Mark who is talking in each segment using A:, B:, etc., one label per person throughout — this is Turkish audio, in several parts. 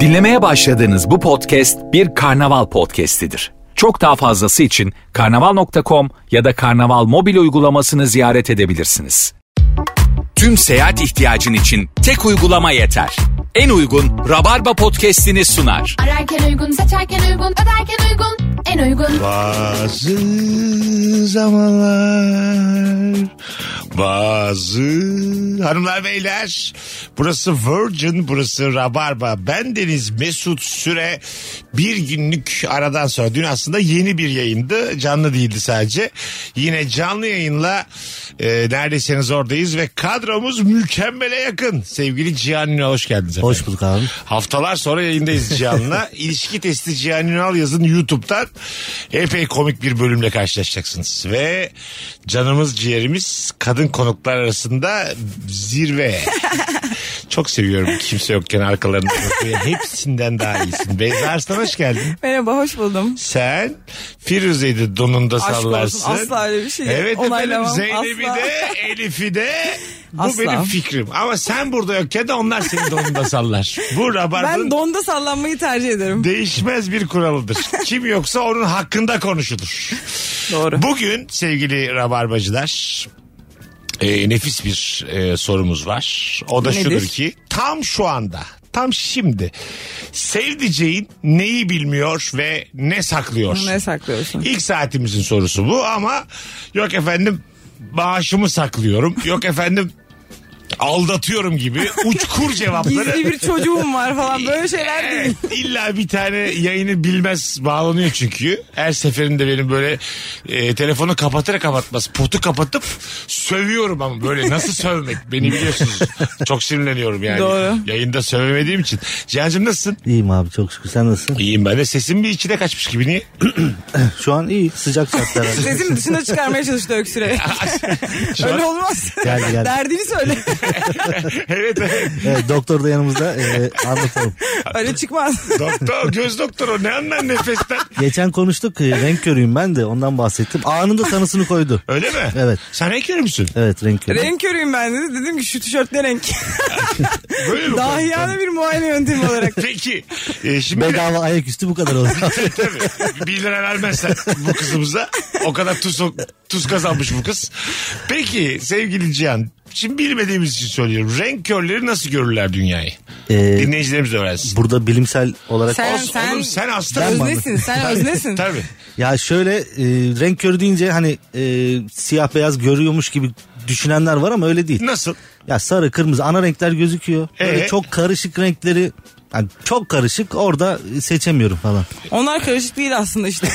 A: Dinlemeye başladığınız bu podcast bir karnaval podcastidir. Çok daha fazlası için karnaval.com ya da karnaval mobil uygulamasını ziyaret edebilirsiniz. Tüm seyahat ihtiyacın için tek uygulama yeter. En uygun Rabarba podcastini sunar.
B: Ararken uygun, seçerken uygun, öderken uygun, en uygun.
C: Bazı zamanlar bazı hanımlar beyler burası Virgin burası Rabarba ben Deniz Mesut Süre bir günlük aradan sonra dün aslında yeni bir yayındı canlı değildi sadece yine canlı yayınla e, neredeyseniz oradayız ve kadromuz mükemmele yakın sevgili Cihan Ünal hoş geldiniz efendim.
D: Hoş bulduk abi.
C: Haftalar sonra yayındayız Cihan'la. İlişki testi Cihan Ünal yazın YouTube'dan. Epey komik bir bölümle karşılaşacaksınız. Ve canımız ciğerimiz kadın konuklar arasında zirve. Çok seviyorum kimse yokken arkalarında. konuşmayı. Hepsinden daha iyisin. Beyza Arslan hoş geldin.
E: Merhaba hoş buldum.
C: Sen Firuze'yi donunda
E: Aşk olsun,
C: sallarsın.
E: asla öyle bir şey
C: Evet efendim
E: onaylamam,
C: Zeynep'i
E: asla.
C: de Elif'i de bu
E: Asla.
C: benim fikrim. Ama sen burada yokken de onlar seni donunda sallar. Bu rabarbanın
E: Ben donda sallanmayı tercih ederim.
C: değişmez bir kuralıdır. Kim yoksa onun hakkında konuşulur.
E: Doğru.
C: Bugün sevgili rabarbacılar e, nefis bir e, sorumuz var. O da
E: Nedir?
C: şudur ki tam şu anda tam şimdi sevdiceğin neyi bilmiyor ve ne saklıyor?
E: Ne saklıyorsun?
C: İlk saatimizin sorusu bu ama yok efendim maaşımı saklıyorum. Yok efendim aldatıyorum gibi uçkur cevapları.
E: Gizli bir çocuğum var falan böyle şeyler değil.
C: Evet, illa bir tane yayını bilmez bağlanıyor çünkü. Her seferinde benim böyle e, telefonu kapatır kapatmaz potu kapatıp sövüyorum ama böyle nasıl sövmek beni biliyorsunuz. Çok sinirleniyorum yani.
E: Doğru.
C: Yayında sövemediğim için. Cihan'cığım nasılsın?
D: İyiyim abi çok şükür. Sen nasılsın?
C: İyiyim ben de sesim bir içine kaçmış gibi niye?
D: Şu an iyi. Sıcak çarptı herhalde.
E: Sesim dışına çıkarmaya çalıştı öksüre. Öyle olmaz.
D: Geldi, geldi.
E: Derdini söyle.
C: evet evet.
D: evet, doktor da yanımızda e, anlatalım.
E: Öyle çıkmaz.
C: Doktor göz doktoru ne anlar nefesten?
D: Geçen konuştuk. e, renk körüyüm ben de. Ondan bahsettim. Anında tanısını koydu.
C: Öyle mi?
D: Evet.
C: Sen ekör müsün?
D: Evet renk körü.
E: renk körüyüm ben dedi. Dedim ki şu tişört ne renk?
C: Böyle mi?
E: Dahiyane bir muayene yöntemi olarak.
C: Peki. e, şimdi
D: Bedava ayaküstü bu kadar oldu.
C: Tabii. Bir lira vermezsen bu kızımıza o kadar tuz, tuz kazanmış bu kız. Peki sevgili Cihan şimdi bilmediğimiz için söylüyorum. Renk körleri nasıl görürler dünyayı?
D: E,
C: Dinleyicilerimiz de öğrensin.
D: burada bilimsel olarak...
E: Sen-
C: Os- oğlum sen hasta
D: Ben-
C: mısın?
E: Öznesin sen öznesin.
C: Tabii.
D: Ya şöyle e, renk körü deyince hani e, siyah beyaz görüyormuş gibi düşünenler var ama öyle değil.
C: Nasıl?
D: Ya sarı kırmızı ana renkler gözüküyor. Böyle
C: Ee?
D: çok karışık renkleri yani çok karışık orada seçemiyorum falan.
E: Onlar karışık değil aslında işte.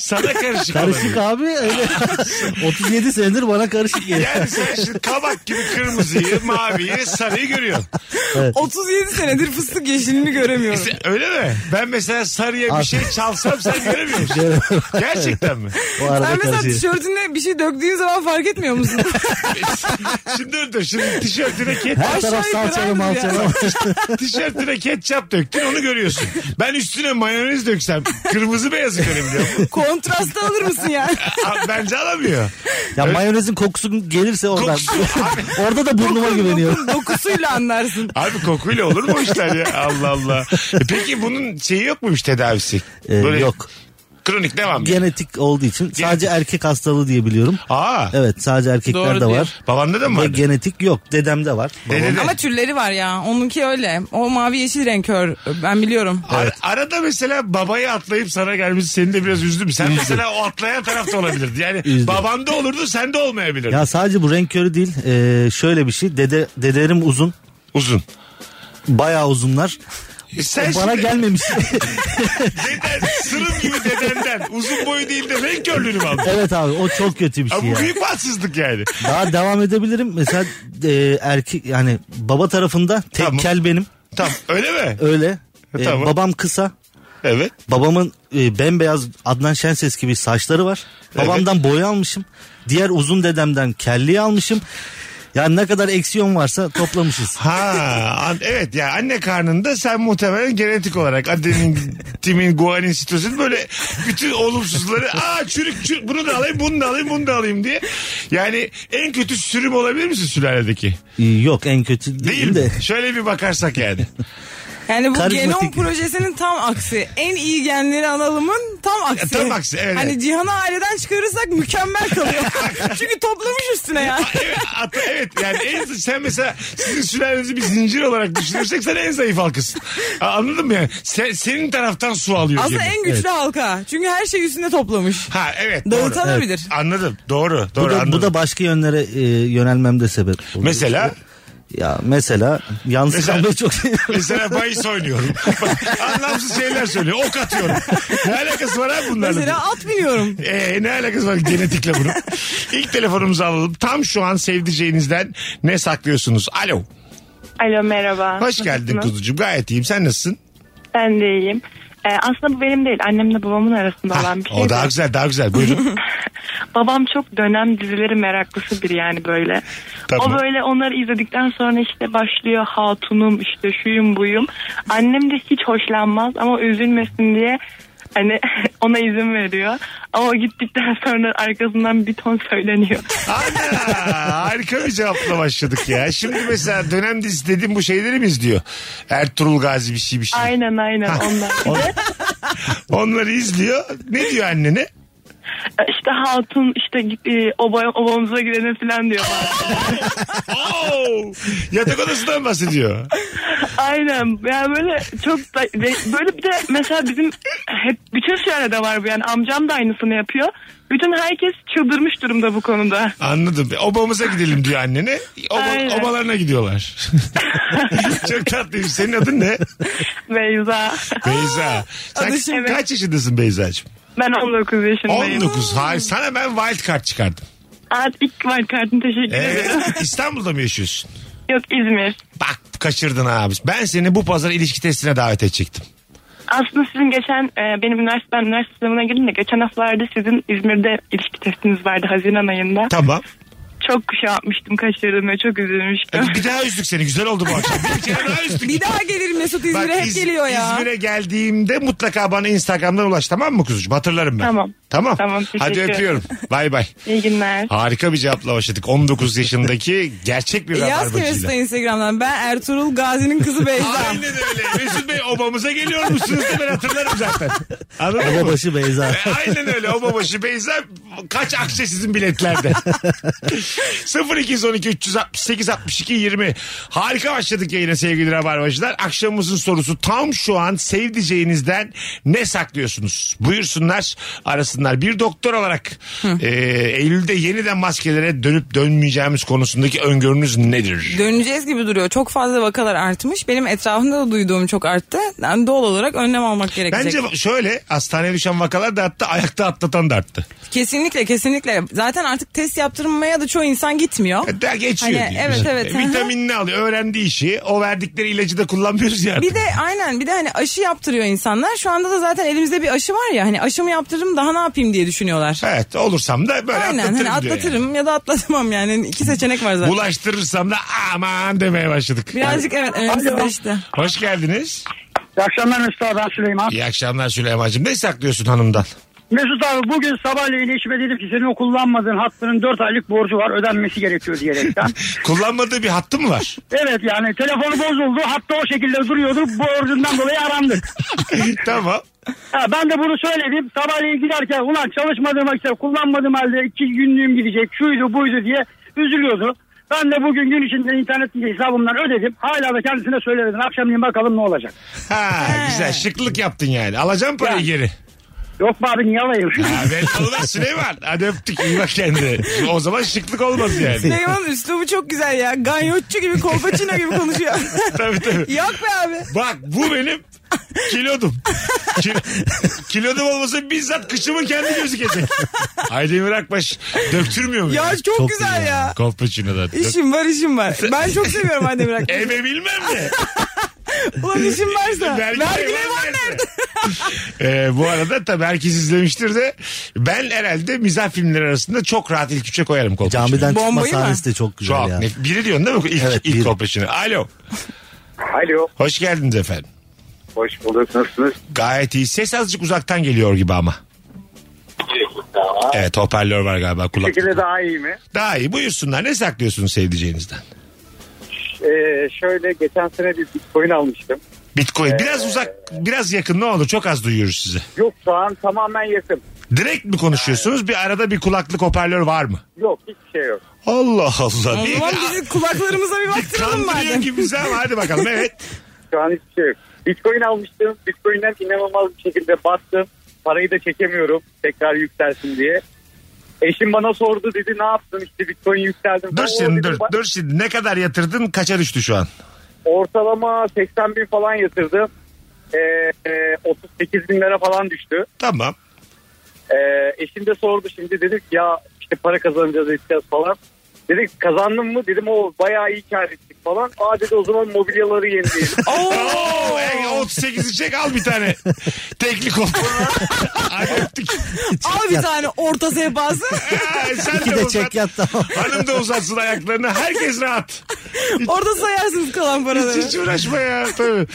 C: Sana karışık.
D: Karışık
C: olabilir.
D: abi öyle. 37 senedir bana karışık geliyor.
C: Yani sen şimdi kabak gibi kırmızıyı, maviyi, sarıyı görüyorsun.
E: 37 senedir fıstık yeşilini göremiyorum.
C: Sen- Öyle mi? Ben mesela sarıya bir
D: Abi.
C: şey çalsam sen göremiyor musun? Gerçekten mi?
D: O arada
E: Sen mesela
D: karışıyor.
E: tişörtüne bir şey döktüğün zaman fark etmiyor musun?
C: Şimdi dur dur. Şimdi tişörtüne ket
D: Her
E: Aşağı
D: taraf
E: yukarı
D: salçalı
E: aynı
D: malçalı.
C: Tişörtüne ketçap döktün onu görüyorsun. Ben üstüne mayonez döksem kırmızı beyazı görebiliyorum.
E: Kontrasta alır mısın yani?
C: Aa, Bence alamıyor.
D: Ya mayonezin kokusu gelirse oradan.
C: Kokusu- abi,
D: Orada da burnuma güveniyorum.
E: Dokun- Dokusuyla anlarsın.
C: abi kokuyla olur mu o işler ya? Allah Allah. E peki bunun şeyi yok muymuş tedavisi?
D: Ee, yok.
C: Kronik devam. yani.
D: Genetik olduğu için sadece erkek hastalığı diye biliyorum.
C: Aa.
D: Evet sadece erkeklerde
E: Doğru
D: de
E: diyor.
D: var.
C: Babanda da mı
D: Ve
C: vardı?
D: genetik yok. Dedemde var.
C: Dedede.
E: Ama türleri var ya. Onunki öyle. O mavi yeşil renk kör. Ben biliyorum.
C: Ar- arada mesela babayı atlayıp sana gelmesi seni de biraz üzdü mü? Sen mesela o atlayan tarafta olabilirdi. Yani
D: Üzdü.
C: babanda olurdu sen de olmayabilirdin.
D: Ya sadece bu renk körü değil. Ee, şöyle bir şey. Dede, dedelerim uzun.
C: Uzun.
D: Bayağı uzunlar.
C: E sen
D: Bana
C: şimdi-
D: gelmemiş.
C: Deden, sırım gibi dedenden. Uzun boyu değil de renk körlüğünü mü aldın?
D: evet abi o çok kötü bir
C: Ya
D: şey.
C: bu
D: ya.
C: büyük bahtsızlık yani.
D: Daha devam edebilirim. Mesela e, erkek yani baba tarafında tek
C: Tamam.
D: kel benim.
C: Tam öyle mi?
D: Öyle. E,
C: Tamam.
D: Babam kısa.
C: Evet.
D: Babamın e, bembeyaz Adnan Şenses gibi saçları var. Babamdan boy almışım. Diğer uzun dedemden kelliği almışım. Ya ne kadar eksiyon varsa toplamışız.
C: Ha an- evet ya anne karnında sen muhtemelen genetik olarak adenin, timin, guanin, sitosin böyle bütün olumsuzları aa çürük çürük bunu da alayım bunu da alayım bunu da alayım diye. Yani en kötü sürüm olabilir misin sülaledeki?
D: Ee, Yok en kötü
C: Değil
D: değil
C: mi?
D: de.
C: Şöyle bir bakarsak yani.
E: Yani bu
D: Karizmatik.
E: genom projesinin tam aksi. En iyi genleri alalımın tam aksi.
C: tam aksi, evet.
E: Hani Cihan'ı aileden çıkarırsak mükemmel kalıyor. Çünkü toplamış üstüne ya.
C: evet, at- evet yani en, sen mesela sizin sülalenizi bir zincir olarak düşünürsek sen en zayıf halkısın. A- Anladın mı yani? Sen, senin taraftan su alıyor
E: Aslında
C: gibi.
E: en güçlü halka. Çünkü her şeyi üstüne toplamış.
C: Ha evet doğru.
E: Dağıtabilir.
C: Anladım doğru. doğru
D: Bu da,
C: anladım.
D: bu da başka yönlere e, yönelmemde sebep oluyor.
C: Mesela
D: Ya mesela yalnız
C: Mesela-
D: kalmayı çok seviyorum.
C: Mesela bahis oynuyorum. Bak, Anlamsız şeyler söylüyor. Ok atıyorum. Ne alakası var abi bunlarla?
E: Mesela at biniyorum.
C: Ee, ne alakası var genetikle bunun? İlk telefonumuzu alalım. Tam şu an sevdiceğinizden ne saklıyorsunuz? Alo.
F: Alo merhaba.
C: Hoş geldin
F: Nasılsınız?
C: kuzucuğum. Gayet iyiyim. Sen nasılsın?
F: Ben de iyiyim. Ee, aslında bu benim değil annemle babamın arasında
C: Ha,
F: olan bir şey.
C: o daha güzel daha güzel. Buyurun.
F: Babam çok dönem dizileri meraklısı biri yani böyle.
C: Tamam.
F: O böyle onları izledikten sonra işte başlıyor hatunum işte şuyum buyum. Annem de hiç hoşlanmaz ama üzülmesin diye hani ona izin veriyor. Ama o gittikten sonra arkasından bir ton söyleniyor.
C: Ana, harika bir cevapla başladık ya. Şimdi mesela dönem dizisi dediğim bu şeyleri mi izliyor? Ertuğrul Gazi bir şey bir şey.
F: aynen aynen onlar. Ah.
C: Onları izliyor. Ne diyor annene?
F: işte hatun işte git, e, oba, obamıza gidelim falan diyor.
C: Oo, yatak odasından bahsediyor.
F: Aynen. Yani böyle çok da de- böyle bir de mesela bizim hep bütün sürede var bu yani amcam da aynısını yapıyor. Bütün herkes çıldırmış durumda bu konuda.
C: Anladım. Obamıza gidelim diyor annene. Oba-
F: Aynen.
C: obalarına gidiyorlar. Çok tatlıyım. Senin adın ne?
F: Beyza.
C: Beyza. Sen
E: adı şey-
C: kaç yaşındasın Beyza'cığım?
F: Ben 19 yaşındayım.
C: 19. Hayır sana ben wild card çıkardım.
F: Aa, ilk var kartın teşekkür
C: Ee,
F: ederim.
C: İstanbul'da mı yaşıyorsun?
F: Yok İzmir.
C: Bak kaçırdın abi. Ben seni bu pazar ilişki testine davet edecektim.
F: Aslında sizin geçen e, benim üniversite ben üniversite sınavına girdim de geçen haftalarda sizin İzmir'de ilişki testiniz vardı Haziran ayında.
C: Tamam.
F: Çok şey yapmıştım kaçırdım ve çok üzülmüştüm.
C: Hadi E, bir daha üzdük seni. Güzel oldu bu akşam. Bir kere daha üzdük.
E: Bir daha gelir Mesut
C: Bak,
E: İzmir'e hep
C: İz-
E: geliyor ya.
C: İzmir'e geldiğimde mutlaka bana Instagram'dan ulaş tamam mı kuzucuğum? Hatırlarım ben.
F: Tamam.
C: Tamam.
F: Tamam, teşekkür
C: Hadi öpüyorum. Bay bay.
F: İyi günler.
C: Harika bir cevapla başladık. 19 yaşındaki gerçek bir
E: Yaz Kıvırcık'ta
C: rabarbacıyla.
E: Instagram'dan. Ben Ertuğrul Gazi'nin kızı Beyza.
C: Aynen öyle. Mesut Bey obamıza geliyor musunuz diye ben hatırlarım zaten. Anladın mı?
D: Babaşı Beyza.
C: E, Aynen öyle. Obabaşı Beyza kaç akse sizin biletlerde. 0212 368 62 20. Harika başladık yayına sevgili Rabarbacılar. Akşamımızın sorusu tam şu an sevdiceğinizden ne saklıyorsunuz? Buyursunlar arasınlar. Bir doktor olarak e, Eylül'de yeniden maskelere dönüp dönmeyeceğimiz konusundaki öngörünüz nedir?
E: Döneceğiz gibi duruyor. Çok fazla vakalar artmış. Benim etrafımda da duyduğum çok arttı. Yani doğal olarak önlem almak gerekecek.
C: Bence şöyle hastaneye düşen vakalar da arttı ayakta atlatan da arttı.
E: Kesinlikle kesinlikle. Zaten artık test yaptırmaya da çoğu insan gitmiyor.
C: Hatta E, geçiyor.
E: Hani,
C: diye.
E: evet, evet.
C: Vitaminini alıyor. Öğrendiği işi. O verdikleri ilacı da kullanmıyoruz ya. artık.
E: Bir de aynen bir de hani aşı yaptırıyor insanlar. Şu anda da zaten elimizde bir aşı var ya hani aşımı yaptırırım daha ne yapayım diye düşünüyorlar.
C: Evet olursam da böyle
E: Aynen
C: atlatırım
E: hani
C: diyor
E: atlatırım ya da atlatmam yani Hani iki seçenek var
C: yani.
E: zaten.
C: Bulaştırırsam da aman demeye başladık.
E: Birazcık evet önemsizleşti.
C: Hoş geldiniz.
G: İyi akşamlar Mesut abi ben Süleyman.
C: İyi akşamlar Süleyman'cığım. Ne saklıyorsun hanımdan?
G: Mesut abi bugün sabahleyin eşime dedim ki senin o kullanmadığın hattının 4 aylık borcu var ödenmesi gerekiyor diyerekten.
C: Kullanmadığı bir hattı mı var?
G: evet yani telefonu bozuldu hatta o şekilde duruyordu borcundan dolayı arandık.
C: tamam.
G: Ha, ben de bunu söyledim sabahleyin giderken ulan çalışmadığım işte kullanmadığım halde 2 günlüğüm gidecek şuydu buydu diye üzülüyordu. Ben de bugün gün içinde internet hesabımdan ödedim. Hala da kendisine söylemedim. Akşamleyin bakalım ne olacak.
C: Ha, güzel şıklık yaptın yani. Alacağım parayı geri.
G: Yok mu abi niye alayım?
C: Ha, ben olmaz Süleyman. Hadi öptük iyi bak kendine. O zaman şıklık olmaz yani.
E: Süleyman'ın üslubu çok güzel ya. Ganyotçu gibi, kolpaçino gibi konuşuyor.
C: tabii tabii.
E: Yok be abi.
C: Bak bu benim kilodum. Kil- kilodum olmasa bizzat kışımın kendi gözükecek. Aydemir Akbaş döktürmüyor mu?
E: Ya
C: ya?
E: çok,
D: Çok
E: güzel
D: güzel.
E: ya.
C: Kolpaçino'dan. Dök-
E: İşim var işim var. Ben çok seviyorum Adem'i.
C: Eve bilmem ne.
E: Ulan işin varsa.
C: Vergi
E: Vergi
C: revan
E: var
C: nerede? Ee, bu arada tabii herkes izlemiştir de ben herhalde mizah filmleri arasında çok rahat ilk üçe koyarım kolpaçını.
D: Camiden çıkma
E: Bombayı mı?
D: sahnesi de çok güzel
C: Çok.
D: ya.
C: nef- Biri diyorsun değil mi? İlk,
D: Evet,
C: ilk
D: biri.
C: kolpaçını. Alo.
H: Alo.
C: Hoş geldiniz efendim.
H: Hoş bulduk. Nasılsınız?
C: Gayet iyi. Ses azıcık uzaktan geliyor gibi ama. Evet hoparlör var galiba
H: Bu şekilde
C: kulaklıkta.
H: daha iyi mi?
C: Daha iyi buyursunlar. Ne saklıyorsunuz sevdiceğinizden?
H: Ee, şöyle geçen sene bir bitcoin almıştım.
C: Bitcoin. Biraz uzak, biraz yakın ne olur? Çok az duyuyoruz sizi.
H: Ee, Yok şu an tamamen yakın.
C: Direkt mi konuşuyorsunuz? Bir arada bir kulaklık hoparlör var mı?
H: Yok hiçbir şey yok.
C: Allah Allah.
E: O
C: Bir-
E: zaman bizi kulaklarımıza bir baktıralım
C: Kandırıyor
E: madem.
C: gibiyiz ama hadi bakalım evet.
H: Şu an hiçbir şey yok. Bitcoin almıştım. Bitcoin'den inanılmaz bir şekilde battım. Parayı da çekemiyorum tekrar yükselsin diye. Eşim bana sordu dedi ne yaptın işte Bitcoin yükseldi.
C: Dur
H: Ben, "Oo,"
C: şimdi
H: dedim,
C: dur.
H: "Bak,
C: Dur şimdi ne kadar yatırdın kaça düştü şu an?
H: Ortalama 80 bin falan yatırdım. Ee, e, 38 bin lira falan düştü.
C: Tamam.
H: Ee, eşim de sordu şimdi dedik ya işte para kazanacağız edeceğiz falan. Dedik kazandın mı dedim o bayağı iyi kar ettik falan. Aa dedi o zaman mobilyaları yenileyelim.
E: Oo.
C: Oo, e, 38'i çek al bir tane. Teknik ol. Hadi öptük.
E: Al bir tane Hani orta sehpası.
C: Ha, Ee, Sen
D: İki
C: de,
D: de
C: uzat.
D: çek yat tamam.
C: Hanım da uzatsın ayaklarını. Herkes rahat.
E: Orada sayarsınız kalan
C: Hiç,
E: paraları.
C: hiç uğraşma ya. Tabii.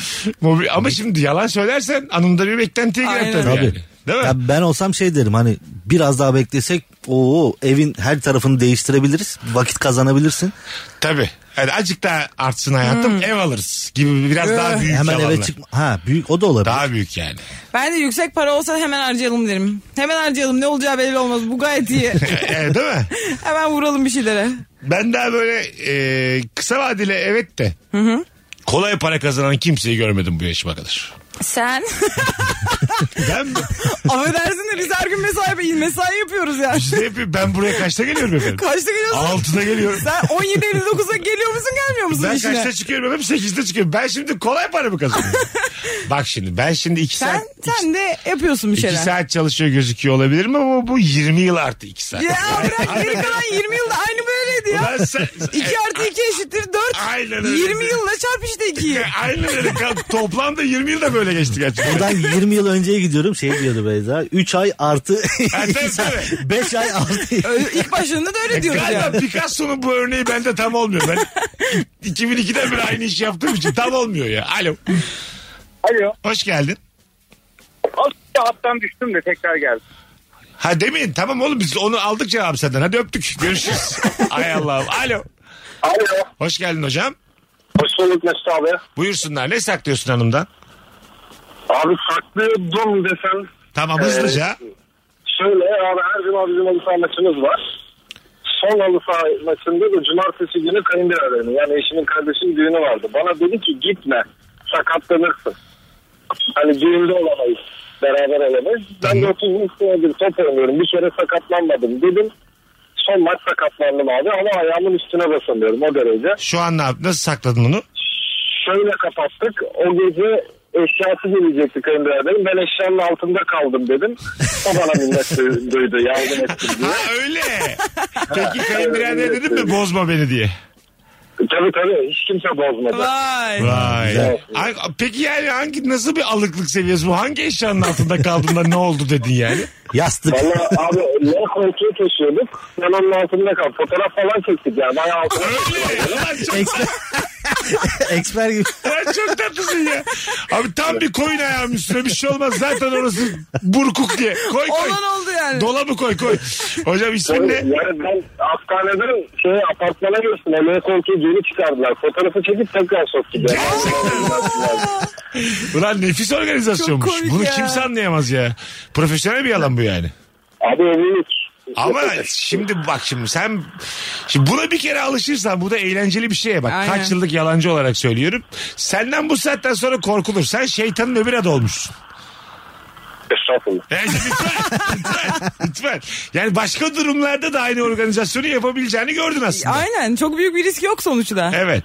C: Mobil- Ama şimdi yalan söylersen anında bir beklentiye girer
E: Aynen.
C: tabii.
D: Tabii.
C: yani. Değil mi?
D: Ya ben olsam şey derim hani biraz daha beklesek o evin her tarafını değiştirebiliriz. Vakit kazanabilirsin.
C: Tabii. Yani azıcık daha artsın hayatım
E: Hmm.
C: ev alırız gibi biraz daha büyük
D: Hemen
C: yalanlar.
D: eve çıkma. Ha büyük o da olabilir.
C: Daha büyük yani.
E: Ben de yüksek para olsa hemen harcayalım derim. Hemen harcayalım ne olacağı belli olmaz. Bu gayet iyi.
C: E, değil mi?
E: hemen vuralım bir şeylere.
C: Ben daha böyle e, kısa vadeli evet de kolay para kazanan kimseyi görmedim bu yaşıma kadar.
E: Sen?
C: Ben
E: Affedersin de biz her gün mesai, mesai yapıyoruz yani.
C: biz de hep- ben buraya E, kaçta geliyorum efendim?
E: Kaçta geliyorsun?
C: Altıda geliyorum.
E: Sen 17 59'a geliyor musun gelmiyor musun
C: Ben
E: işine?
C: kaçta çıkıyorum efendim? Sekizde çıkıyorum. Ben şimdi kolay para mı kazanıyorum? Bak şimdi ben şimdi iki
E: Sen,
C: saat...
E: sen de yapıyorsun bir
C: iki- iki
E: şeyler.
C: saat çalışıyor gözüküyor olabilir mi ama bu 20 yıl artı 2 saat.
E: Ya bırak geri kalan 20 yılda aynı böyleydi ya.
C: Ulan sen,
E: 2 artı 2 eşittir 4.
C: Aynen öyle.
E: 20 yılda çarp işte 2'yi.
C: Aynen öyle. Ka- Toplamda 20 yıl da böyle geçti gerçekten.
D: Buradan 20 yıl önceye gidiyorum şey diyordu Beyza. 3 ay artı
C: tabii, tabii.
D: 5 ay artı.
E: İlk başlarında da öyle diyoruz ya.
C: Galiba Picasso'nun bu örneği bende tam olmuyor. Ben 2002'den beri aynı iş yaptığım için tam olmuyor ya. Alo.
H: Alo.
C: Hoş geldin.
H: Aslında hattan düştüm de tekrar geldim.
C: Ha demeyin tamam oğlum biz onu aldık cevap senden. Hadi öptük. Görüşürüz. Ay Allah'ım. Alo.
H: Alo.
C: Hoş geldin hocam.
H: Hoş bulduk Mesut abi.
C: Buyursunlar. Ne saklıyorsun hanımdan?
H: Abi farklı dum desem e,
C: Tamam hızlıca.
H: Ee, şöyle abi her cuma bizim halı saha maçımız var. Son halı saha maçında da cumartesi günü kayınbiraderim yani eşimin kardeşinin düğünü vardı. Bana dedi ki gitme sakatlanırsın. Hani düğünde olamayız beraber olamayız. Ben de 30 bin senedir top oynuyorum bir kere sakatlanmadım dedim. Son maç sakatlandım abi ama ayağımın üstüne basamıyorum o derece.
C: Şu an ne yap- Nasıl sakladın onu?
H: Şöyle kapattık o gece eşyası gelecekti kayınbiraderim. Ben eşyanın altında kaldım dedim. O bana minnet du- duydu yardım ettim diye.
C: Ha öyle. Peki kayınbirader dedim mi bozma beni diye.
H: Tabii tabii hiç kimse bozmadı.
E: Vay.
C: Vay. Ay, Peki yani hangi nasıl bir alıklık seviyesi bu? Hangi eşyanın altında kaldın da ne oldu dedin yani?
D: Yastık.
H: Valla abi ne koltuğu taşıyorduk ben onun altında kaldım. Fotoğraf falan çektik ya bayağı altında.
C: Öyle. Ulan çok
D: Eksper, eksper gibi.
C: Sen çok tatlısın ya. Abi tam bir koyun ayağımın üstüne bir şey olmaz. Zaten orası burkuk diye. Koy koy.
E: Olan oldu yani.
C: Dolabı koy koy. Hocam ismin
H: Yani,
C: ne?
H: yani ben hastaneden şey apartmana görsün emeği koltuğu geri çıkardılar. Fotoğrafı çekip tekrar soktuk. Yani.
C: Ulan nefis organizasyonmuş.
E: Çok komik
C: Bunu
E: ya.
C: kimse anlayamaz ya. Profesyonel bir yalan bu yani.
H: Abi evlilik.
C: Ama şimdi bak şimdi sen şimdi buna bir kere alışırsan bu da eğlenceli bir şeye bak.
E: Aynen.
C: Kaç yıllık yalancı olarak söylüyorum. Senden bu saatten sonra korkulur. Sen şeytanın öbür adı olmuşsun.
H: Estağfurullah.
C: Yani lütfen, lütfen, lütfen. Yani başka durumlarda da aynı organizasyonu yapabileceğini gördün aslında.
E: Aynen çok büyük bir risk yok sonuçta.
C: Evet.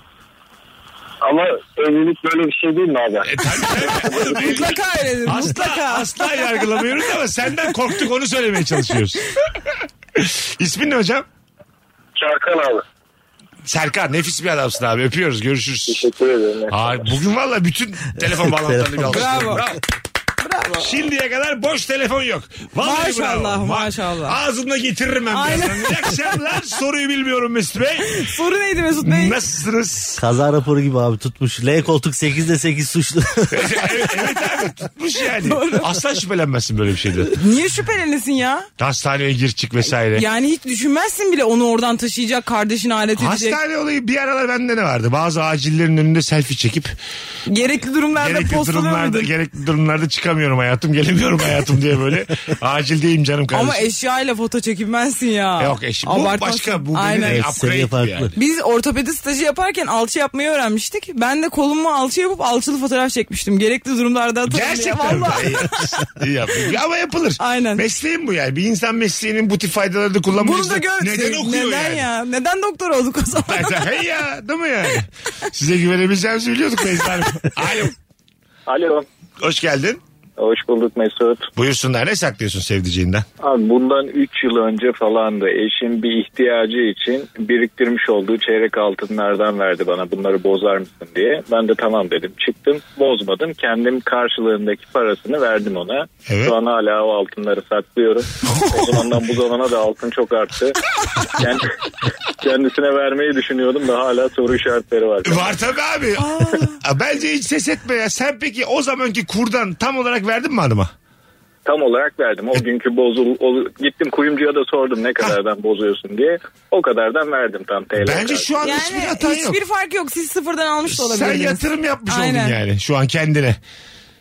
H: Ama evlilik böyle bir şey değil mi abi?
C: E, tabii, tabii. Oğlum, belli.
E: Mutlaka öyledir mutlaka.
C: Asla, asla yargılamıyoruz ama senden korktuk onu söylemeye çalışıyoruz. İsmin ne hocam?
H: Çarkan abi.
C: Serkan nefis bir adamsın abi. Öpüyoruz. Görüşürüz.
I: Teşekkür ederim.
C: Ay, bugün valla bütün telefon bağlantılarını bir
D: Telefon.
C: alıştırdım.
E: Bravo.
C: Bravo.
E: Bravo.
C: Şimdiye kadar boş telefon yok. Vallahi
E: Maşallah,
C: bravo. Ma-
E: maşallah.
C: Ağzımda getiririm ben.
E: Aynen.
C: birazdan. İyi akşamlar. Soruyu bilmiyorum Mesut Bey.
E: Soru neydi Mesut Bey?
C: Nasılsınız?
D: Kaza raporu gibi abi tutmuş. L koltuk 8'de 8 suçlu.
C: evet, evet abi tutmuş yani. Asla şüphelenmezsin böyle bir şeyde.
E: Niye şüphelenesin ya?
C: Hastaneye gir çık vesaire.
E: Yani hiç düşünmezsin bile onu oradan taşıyacak, kardeşini alet edecek.
C: Hastane olayı bir aralar bende ne vardı? Bazı acillerin önünde selfie çekip
E: Gerekli durumlarda
C: gerekli
E: postalıyor
C: durumlarda
E: muydun?
C: gerekli durumlarda çıkamıyorum hayatım, gelemiyorum hayatım diye böyle. Acildeyim canım kardeşim.
E: Ama eşyayla foto çekilmezsin ya.
C: Yok eşi. Bu
E: Abartmasın.
C: başka. Bu benim
E: Aynen.
D: Evet,
C: upgrade
D: seviye farklı.
C: yani.
E: Biz ortopedi stajı yaparken alçı yapmayı öğrenmiştik. Ben de kolumu alçı yapıp alçılı fotoğraf çekmiştim. Gerekli durumlarda atarım diye.
C: Gerçekten mi?
E: Vallahi.
C: İyi yapmış. Ama yapılır.
E: e- Aynen.
C: Mesleğim bu yani. Bir insan mesleğinin bu tip faydaları da
E: Bunu
C: kullanmayacak.
E: da gör.
C: Neden okuyor
E: Neden
C: yani?
E: ya? Neden doktor olduk o zaman?
C: hey ya değil mi yani? Size güvenebileceğimizi biliyorduk Beyza Hanım. Alo.
I: Alo.
C: Hoş geldin.
I: Hoş bulduk Mesut.
C: Buyursunlar ne saklıyorsun sevdiceğinden?
I: Abi bundan 3 yıl önce falan da eşim bir ihtiyacı için biriktirmiş olduğu çeyrek altınlardan verdi bana bunları bozar mısın diye. Ben de tamam dedim çıktım bozmadım kendim karşılığındaki parasını verdim ona.
C: Evet.
I: Şu an hala o altınları saklıyorum. o zamandan bu zamana da altın çok arttı. Kend- kendisine vermeyi düşünüyordum da hala soru işaretleri var.
C: Var tabii abi. Aa, Bence hiç ses etme ya. Sen peki o zamanki kurdan tam olarak verdin mi hanıma?
I: Tam olarak verdim. O günkü bozul o- gittim kuyumcuya da sordum ne kadardan bozuyorsun diye. O kadardan verdim tam TL.
C: Bence şu an hiçbir
E: yani
C: hatan yok.
E: hiçbir fark yok. Siz sıfırdan almış da
C: Sen
E: olabilirsiniz.
C: yatırım yapmış
E: Aynen.
C: oldun yani şu an kendine.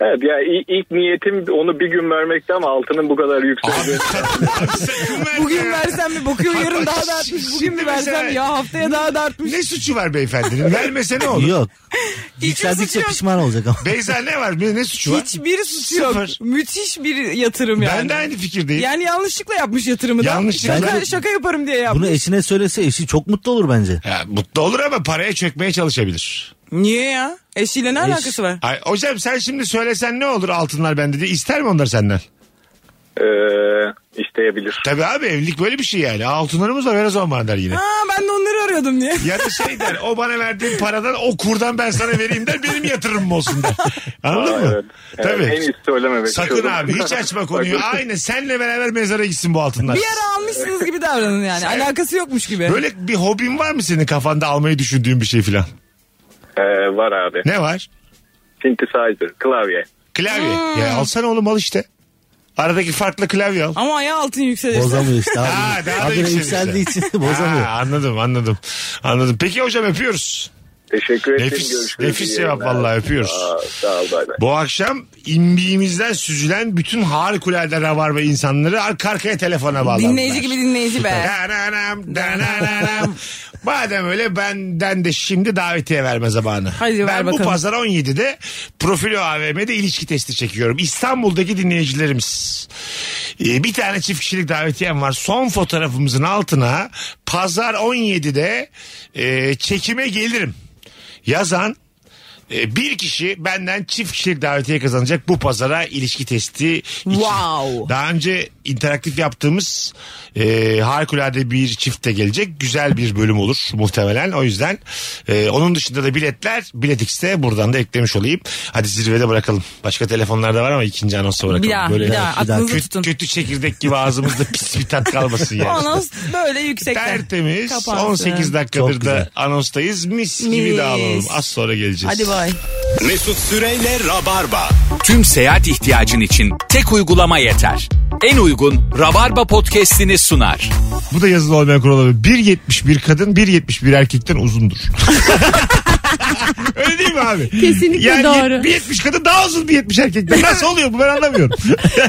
I: Evet ya i- ilk, niyetim onu bir gün vermekti ama altının bu kadar yükseldiği.
C: Sakın verme
E: Bugün
C: ya.
E: versem mi bakıyor yarın daha da artmış. Bugün
C: Şimdi
E: mü versem
C: mesela-
E: ya haftaya daha da artmış.
C: Ne suçu var beyefendinin? Vermese ne olur?
D: Yok.
E: Hiçbir suçu
D: Yükseldikçe
E: yok.
D: pişman olacak ama.
C: Beyza ne var? Ne, ne suçu var?
E: Hiçbir suçu yok.
C: Sıfır.
E: Müthiş bir yatırım yani.
C: Ben de aynı fikirdeyim.
E: Yani yanlışlıkla yapmış yatırımı da.
C: Yanlışlıkla.
E: Şaka, şaka yaparım diye yapmış.
D: Bunu eşine söylese eşi çok mutlu olur bence.
C: Ya, mutlu olur ama paraya çökmeye çalışabilir.
E: Niye ya? Eşiyle ne alakası var?
C: Ay, hocam sen şimdi söylesen ne olur altınlar bende diye. İster mi onlar senden?
I: Ee, isteyebilir.
C: Tabii abi evlilik böyle bir şey yani. Altınlarımız var ver o zaman bana der yine.
E: Aa ben de onları arıyordum diye.
C: Ya da şey der o bana verdiğin paradan o kurdan ben sana vereyim der benim yatırımım olsun der. Anladın
I: Aa,
C: mı?
I: evet. Evet,
C: Tabii.
I: en iyisi söylememek.
C: Sakın
I: Şurada-
C: abi hiç açma konuyu.
I: Sakın.
C: Aynı senle beraber mezara gitsin bu altınlar.
E: Bir ara almışsınız gibi davranın yani. Alakası yokmuş gibi.
C: Böyle bir hobin var mı senin kafanda almayı düşündüğün bir şey filan?
I: Ee, var abi.
C: Ne var?
I: Synthesizer, klavye.
C: Klavye.
E: Hmm.
C: Ya alsana oğlum al işte. Aradaki farklı klavye al.
E: Ama ayağı altın yükselirse.
D: Bozamıyor işte abi.
C: Ha, daha da
D: Habire
C: yükselirse.
D: yükseldiği için bozamıyor.
C: Ha, anladım anladım. Anladım. Peki hocam öpüyoruz.
I: Teşekkür ederim.
C: Nefis-
I: Görüşürüz.
C: nefis
I: İyi
C: cevap
I: yayınlar.
C: vallahi, öpüyoruz.
I: Aa, sağ ol bay bay.
C: Bu akşam imbiğimizden süzülen bütün harikulade ravar ve insanları arka arkaya telefona bağladılar.
E: Dinleyici gibi dinleyici be.
C: Dananam, dananam. Madem öyle benden de şimdi davetiye verme zamanı.
E: Hadi
C: ben
E: ver
C: bu
E: bakalım.
C: pazar 17'de Profilo AVM'de ilişki testi çekiyorum. İstanbul'daki dinleyicilerimiz. Ee, Bir tane çift kişilik davetiyem var. Son fotoğrafımızın altına pazar 17'de e, çekime gelirim. Yazan e, bir kişi benden çift kişilik davetiye kazanacak bu pazara ilişki testi için.
E: Wow.
C: Daha önce interaktif yaptığımız e, harikulade bir çifte gelecek. Güzel bir bölüm olur muhtemelen. O yüzden e, onun dışında da biletler Bilet X'te buradan da eklemiş olayım. Hadi zirvede bırakalım. Başka telefonlarda var ama ikinci anonsa bırakalım.
E: Bir daha,
C: Böyle
E: bir daha.
D: bir daha.
E: Aklınızı
C: Kötü,
E: tutun.
C: kötü çekirdek gibi ağzımızda pis bir tat kalmasın yani.
E: Anons böyle yüksekten.
C: Tertemiz.
E: Kapansın.
C: 18
D: Çok
C: dakikadır da
D: güzel.
C: anonstayız. Mis, gibi
E: Mis.
C: dağılalım. Az sonra geleceğiz.
E: Hadi bay.
J: Mesut Süreyle Rabarba.
A: Tüm seyahat ihtiyacın için tek uygulama yeter. En uygun Rabarba podcast'ini sunar.
C: Bu da yazılı olmayan kural olabilir. 1.71 kadın 1.71 erkekten uzundur. Öyle değil mi abi?
K: Kesinlikle
C: yani
K: doğru.
C: 1.70 kadın daha uzun 1.70 erkekten. Nasıl oluyor bu ben anlamıyorum.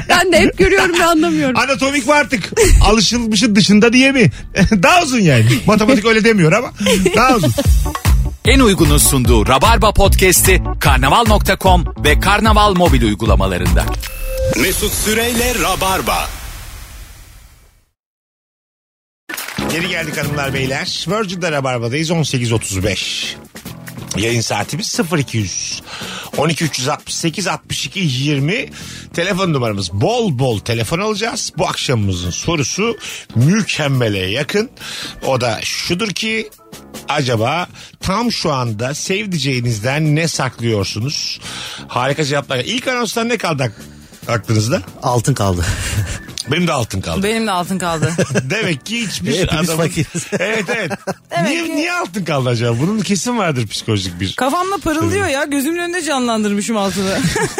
K: Ben de hep görüyorum ve anlamıyorum.
C: Anatomik mi artık? Alışılmışın dışında diye mi? daha uzun yani. Matematik öyle demiyor ama daha uzun.
A: En uygunun sunduğu Rabarba podcast'i karnaval.com ve karnaval mobil uygulamalarında.
J: Mesut Süreyle Rabarba.
C: Geri geldik hanımlar beyler. Virgin'de Rabarba'dayız 18.35. Yayın saatimiz 0200 12 368 62 20 telefon numaramız bol bol telefon alacağız. Bu akşamımızın sorusu mükemmele yakın. O da şudur ki acaba tam şu anda sevdiceğinizden ne saklıyorsunuz? Harika cevaplar. İlk anonstan ne kaldı ak- aklınızda?
D: Altın kaldı.
C: Benim de altın kaldı.
E: Benim de altın kaldı.
C: Demek ki hiçbir
D: Hepimiz
C: adamın...
D: fakiriz.
C: Evet evet.
E: Demek
C: niye,
E: ki-
C: niye altın kaldı acaba? Bunun kesin vardır psikolojik bir.
E: Kafamla parıldıyor ya gözümün önünde canlandırmışım altını.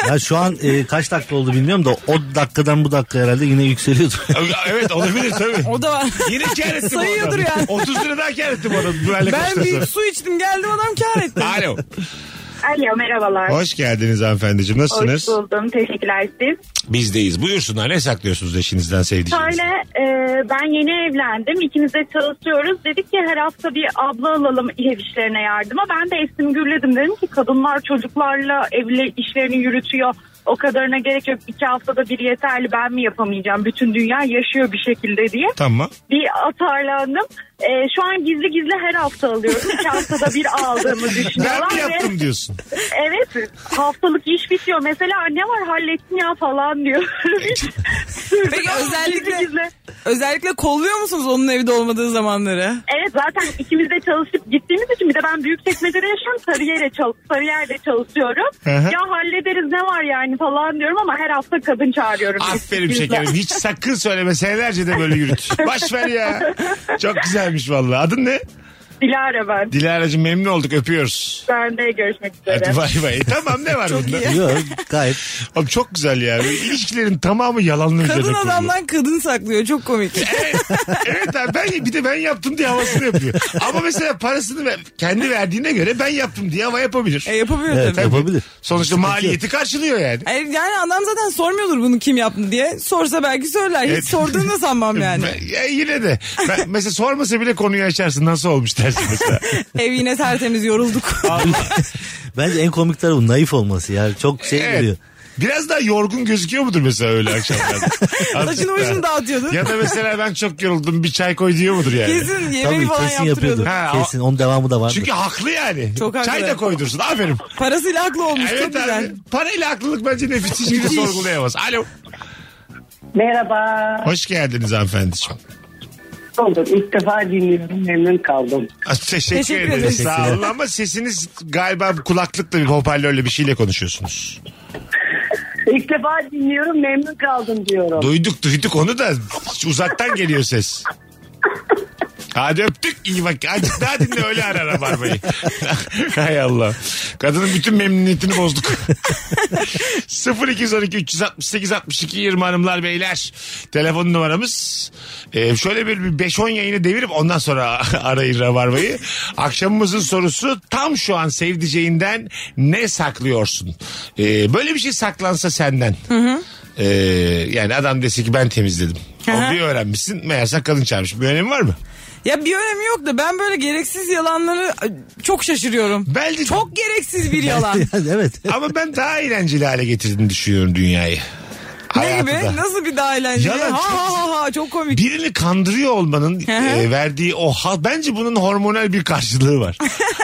D: ya şu an e, kaç dakika oldu bilmiyorum da o dakikadan bu dakika herhalde yine yükseliyordu.
C: evet olabilir tabii.
E: o da var.
C: Yine kar etti bu
E: Sayıyordur
C: adam.
E: yani.
C: 30 lira daha kar etti bu adam. Güvenlik
E: ben
C: koşulları
E: bir
C: sonra.
E: su içtim geldim adam kar etti.
C: Alo.
L: Alo merhabalar.
C: Hoş geldiniz hanımefendiciğim. Nasılsınız?
L: Hoş buldum. Teşekkürler siz.
C: Bizdeyiz. Buyursunlar. Ne saklıyorsunuz eşinizden sevdiceğinizden?
L: Şöyle e, ben yeni evlendim. İkimiz de çalışıyoruz. Dedik ki her hafta bir abla alalım ev işlerine yardıma. Ben de esnim gürledim. Dedim ki kadınlar çocuklarla evli işlerini yürütüyor. O kadarına gerek yok. İki haftada bir yeterli ben mi yapamayacağım? Bütün dünya yaşıyor bir şekilde diye.
C: Tamam.
L: Bir atarlandım. E, şu an gizli gizli her hafta alıyorum. İki haftada bir aldığımı düşünüyorlar.
C: Ben mi
L: ve-
C: yaptım diyorsun?
L: Evet haftalık iş bitiyor. Mesela anne var hallettin ya falan diyor.
E: Peki
L: Gizli
E: özellikle
L: gizli.
E: özellikle kolluyor musunuz onun evde olmadığı zamanları?
L: Evet zaten ikimiz de çalışıp gittiğimiz için bir de ben büyük çekmecede yaşıyorum. Sarıyer'e çal Sarıyer'de çalışıyorum.
C: Hı hı.
L: ya hallederiz ne var yani falan diyorum ama her hafta kadın çağırıyorum.
C: Aferin
L: Biz-
C: şekerim. Hiç sakın söyleme. Senelerce de böyle yürüt. Baş ver ya. Çok güzelmiş vallahi. Adın ne?
L: Dilara ben.
C: Dilara'cığım memnun olduk. Öpüyoruz.
L: Ben de görüşmek üzere.
C: Hadi bay bay. E, tamam ne var bunda?
D: Yok gayet.
C: Oğlum çok güzel ya. Böyle İlişkilerin tamamı yalanlı üzerine
E: Kadın
C: kurulu.
E: adamdan kadın saklıyor çok komik.
C: Evet abi ben bir de ben yaptım diye havasını yapıyor. Ama mesela parasını ver- kendi verdiğine göre ben yaptım diye hava yapabilir.
E: e, yapamıyor
D: Evet,
E: tabii.
D: yapabilir.
C: Sonuçta
D: Sıkıntı
C: maliyeti karşılıyor yani.
E: Hayır, E, Yani adam zaten sormuyordur bunu kim yaptı diye. Sorsa belki söyler. Hiç
C: Evet.
E: sorduğunu da sanmam yani.
C: Ben- ya yine de. Ben- mesela sormasa bile konuyu açarsın. Nasıl olmuş dersin mesela.
E: Ev yine tertemiz yorulduk.
D: Bence en komik tarafı naif olması ya. Çok şey
C: Evet.
D: geliyor.
C: Biraz daha yorgun gözüküyor mudur mesela öyle akşamlarda?
E: Saçını başını dağıtıyordu.
C: ya da mesela ben çok yoruldum bir çay koy diyor mudur yani?
E: Kesin yemeği
D: Tabii
E: falan
D: kesin yapıyordu.
E: yaptırıyordu.
C: Ha, o-
D: kesin onun devamı da var.
C: Çünkü haklı yani.
E: Çok haklı.
C: Çay da koydursun. Aferin.
E: Parasıyla haklı olmuş. çok
C: evet abi.
E: güzel.
C: Parayla haklılık bence nefis hiç kimse sorgulayamaz. Alo.
M: Merhaba.
C: Hoş geldiniz hanımefendiciğim.
M: Oldum. İlk defa dinliyorum. Memnun kaldım.
C: Ah, Teşekkür,
E: Teşekkür
C: ederiz.
E: ederiz.
C: Sağ olun ama sesiniz galiba kulaklıkla bir hoparlörle bir şeyle konuşuyorsunuz.
M: İlk defa dinliyorum. Memnun kaldım diyorum.
C: Duyduk duyduk onu da uzaktan geliyor ses. Hadi öptük iyi bak. Hadi daha dinle öyle ara rabarbayı. Hay Allah. Kadının bütün memnuniyetini bozduk. 0212 368 62 20 hanımlar beyler. Telefon numaramız. Ee, şöyle bir, bir 5-10 yayını devirip ondan sonra arayın Rabarba'yı. Akşamımızın sorusu tam şu an sevdiceğinden ne saklıyorsun? Ee, böyle bir şey saklansa senden. Ee, yani adam dese ki ben temizledim.
E: Hı
C: Onu
E: hı.
C: bir öğrenmişsin. Meğerse kadın çağırmış. Bir önemi var mı?
E: Ya bir önemi yok da ben böyle gereksiz yalanları ay, çok şaşırıyorum.
C: Bence
E: Çok gereksiz bir yalan.
D: Yani evet.
C: Ama ben daha eğlenceli hale getirdiğini düşünüyorum dünyayı.
E: ne gibi?
C: Hayatı da.
E: Nasıl bir daha eğlenceli?
C: Yalan
E: ha,
C: çok-
E: ha ha ha çok komik.
C: Birini kandırıyor olmanın
E: hı.
C: e, verdiği o ha bence bunun hormonal bir karşılığı var.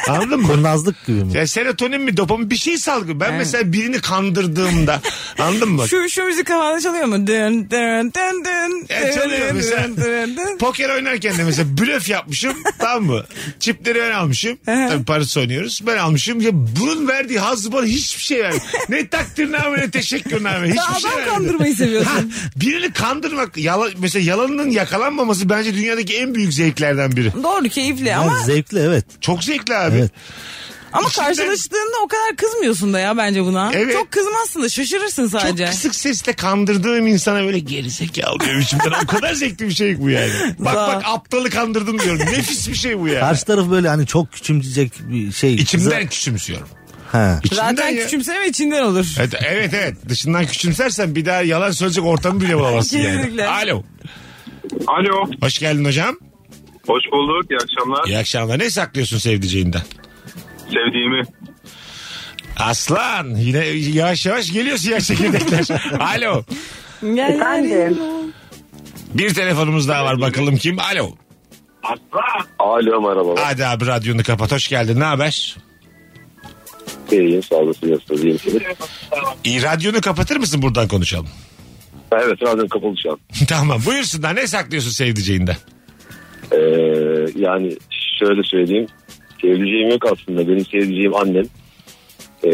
C: Anladın mı?
D: Kurnazlık gibi mi?
C: Ya serotonin mi dopamin bir şey salgı. Ben mesela birini kandırdığımda anladın mı?
E: Şu, şu müzik kafanda çalıyor mu? Dın dın dın dın.
C: Ya çalıyor
E: dın,
C: mesela.
E: dın, dın, dın.
C: Poker oynarken de mesela blöf yapmışım tamam mı? Çipleri ben almışım. Tabii parası oynuyoruz. Ben almışım. Ya bunun verdiği hazzı bana hiçbir şey vermiyor. ne takdirname ne teşekkürname. Hiçbir
E: Ya
C: şey
E: adam
C: vermedi.
E: kandırmayı seviyorsun.
C: Birini kandırmak yala, mesela yalanının yakalanmaması bence dünyadaki en büyük zevklerden biri.
E: Doğru keyifli
D: Yani
E: ama
D: zevkli evet.
C: Çok zevkli abi.
D: Evet.
E: ama
C: içinden-
E: karşılaştığında o kadar kızmıyorsun da ya bence buna.
C: Evet.
E: Çok kızmazsın da şaşırırsın
C: Çok
E: sadece.
C: kısık sesle kandırdığım insana böyle gerizekalı diyorum içimden. O kadar zevkli bir şey bu yani. Bak
E: Za-
C: bak aptalı kandırdım diyorum. Nefis bir şey bu yani.
D: Karşı taraf böyle hani çok küçümseyecek bir şey.
C: İçimden küçümsüyorum.
D: Ha.
C: İçimden
E: Zaten
C: ya.
E: küçümseme içinden olur.
C: Evet, evet evet. Dışından küçümsersen bir daha yalan söyleyecek ortamı bile bulamazsın yani.
E: Kesinlikle.
C: Alo.
I: Alo.
C: Hoş geldin hocam.
I: Hoş bulduk. İyi akşamlar.
C: İyi akşamlar. Ne saklıyorsun sevdiceğinden?
I: Sevdiğimi.
C: Aslan. Yine yavaş yavaş geliyor siyah çekirdekler. Alo.
E: Gel
M: Efendim.
C: Bir telefonumuz daha var bakalım kim? Alo.
I: Alo merhaba.
C: Hadi abi radyonu kapat. Hoş geldin. Ne haber?
I: İyiyim sağ olasın. Nasılsınız? İyiyim siz?
C: İyi radyonu kapatır mısın buradan konuşalım?
I: Evet radyo kapalı şu an.
C: tamam buyursunlar. Ne saklıyorsun sevdiceğinden?
I: Ee, yani şöyle söyleyeyim.
N: Sevdiceğim yok aslında. Benim sevdiceğim annem. Ee,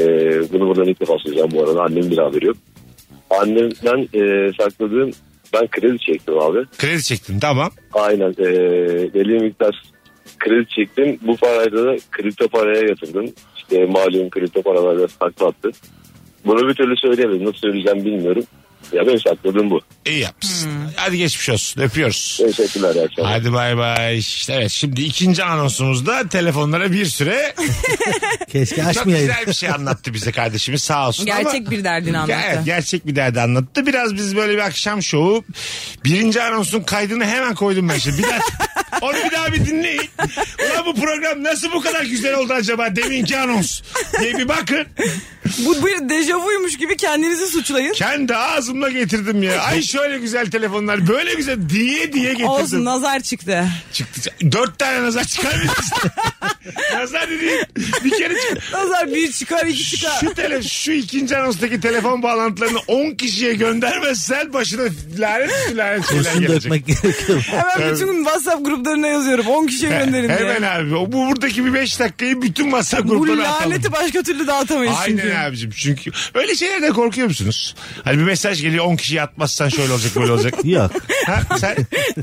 N: bunu buradan ilk defa söyleyeceğim bu arada. Annemin bir haberi yok. Annemden e, sakladığım ben kredi çektim abi.
C: Kredi çektin tamam.
N: Aynen. E, belli bir miktar kredi çektim. Bu parayla da kripto paraya yatırdım. İşte malum kripto paralar biraz taklattı. Bunu bir türlü söyleyemedim. Nasıl söyleyeceğim bilmiyorum. Ya ben sakladığım bu.
C: İyi yapmışsın. Hadi geçmiş olsun. Öpüyoruz.
N: Teşekkürler. iyi akşamlar.
C: Hadi bay bay. Evet şimdi ikinci anonsumuzda telefonlara bir süre
D: Keşke
C: Çok
D: açmayayım.
C: güzel bir şey anlattı bize kardeşimiz sağ olsun.
E: Gerçek
C: ama-
E: bir derdini anlattı.
C: Evet, gerçek bir derdi anlattı. Biraz biz böyle bir akşam şovu. Birinci anonsun kaydını hemen koydum ben şimdi. Bir daha, onu bir daha bir dinleyin. Ulan bu program nasıl bu kadar güzel oldu acaba deminki anons diye bir bakın.
E: Bu bir dejavuymuş gibi kendinizi suçlayın.
C: Kendi ağzımla getirdim ya. Ay şöyle güzel telefonlar böyle güzel diye diye getirdim.
E: Olsun nazar çıktı.
C: Çıktı. Dört tane nazar çıkarmışsın. nazar dediğin bir kere çıktı.
E: Nazar bir çıkar iki çıkar.
C: Şu, tele, şu ikinci anonstaki telefon bağlantılarını 10 kişiye göndermezsen başına lanet üstü lanet şeyler
D: Kurşun
C: gelecek.
D: dökmek gerekiyor.
E: Hemen
C: Evet.
E: bütün WhatsApp gruplarına yazıyorum. 10 kişiye gönderin diye.
C: Hemen abi. O, bu buradaki bir 5 dakikayı bütün WhatsApp
E: Bu
C: gruplarına atalım.
E: laneti başka türlü dağıtamayız
C: Aynen
E: çünkü.
C: abicim çünkü öyle şeylerden korkuyor musunuz? Hani bir mesaj geliyor 10 kişiye atmazsan şöyle olacak böyle olacak.
D: Yok.
C: Ha, sen,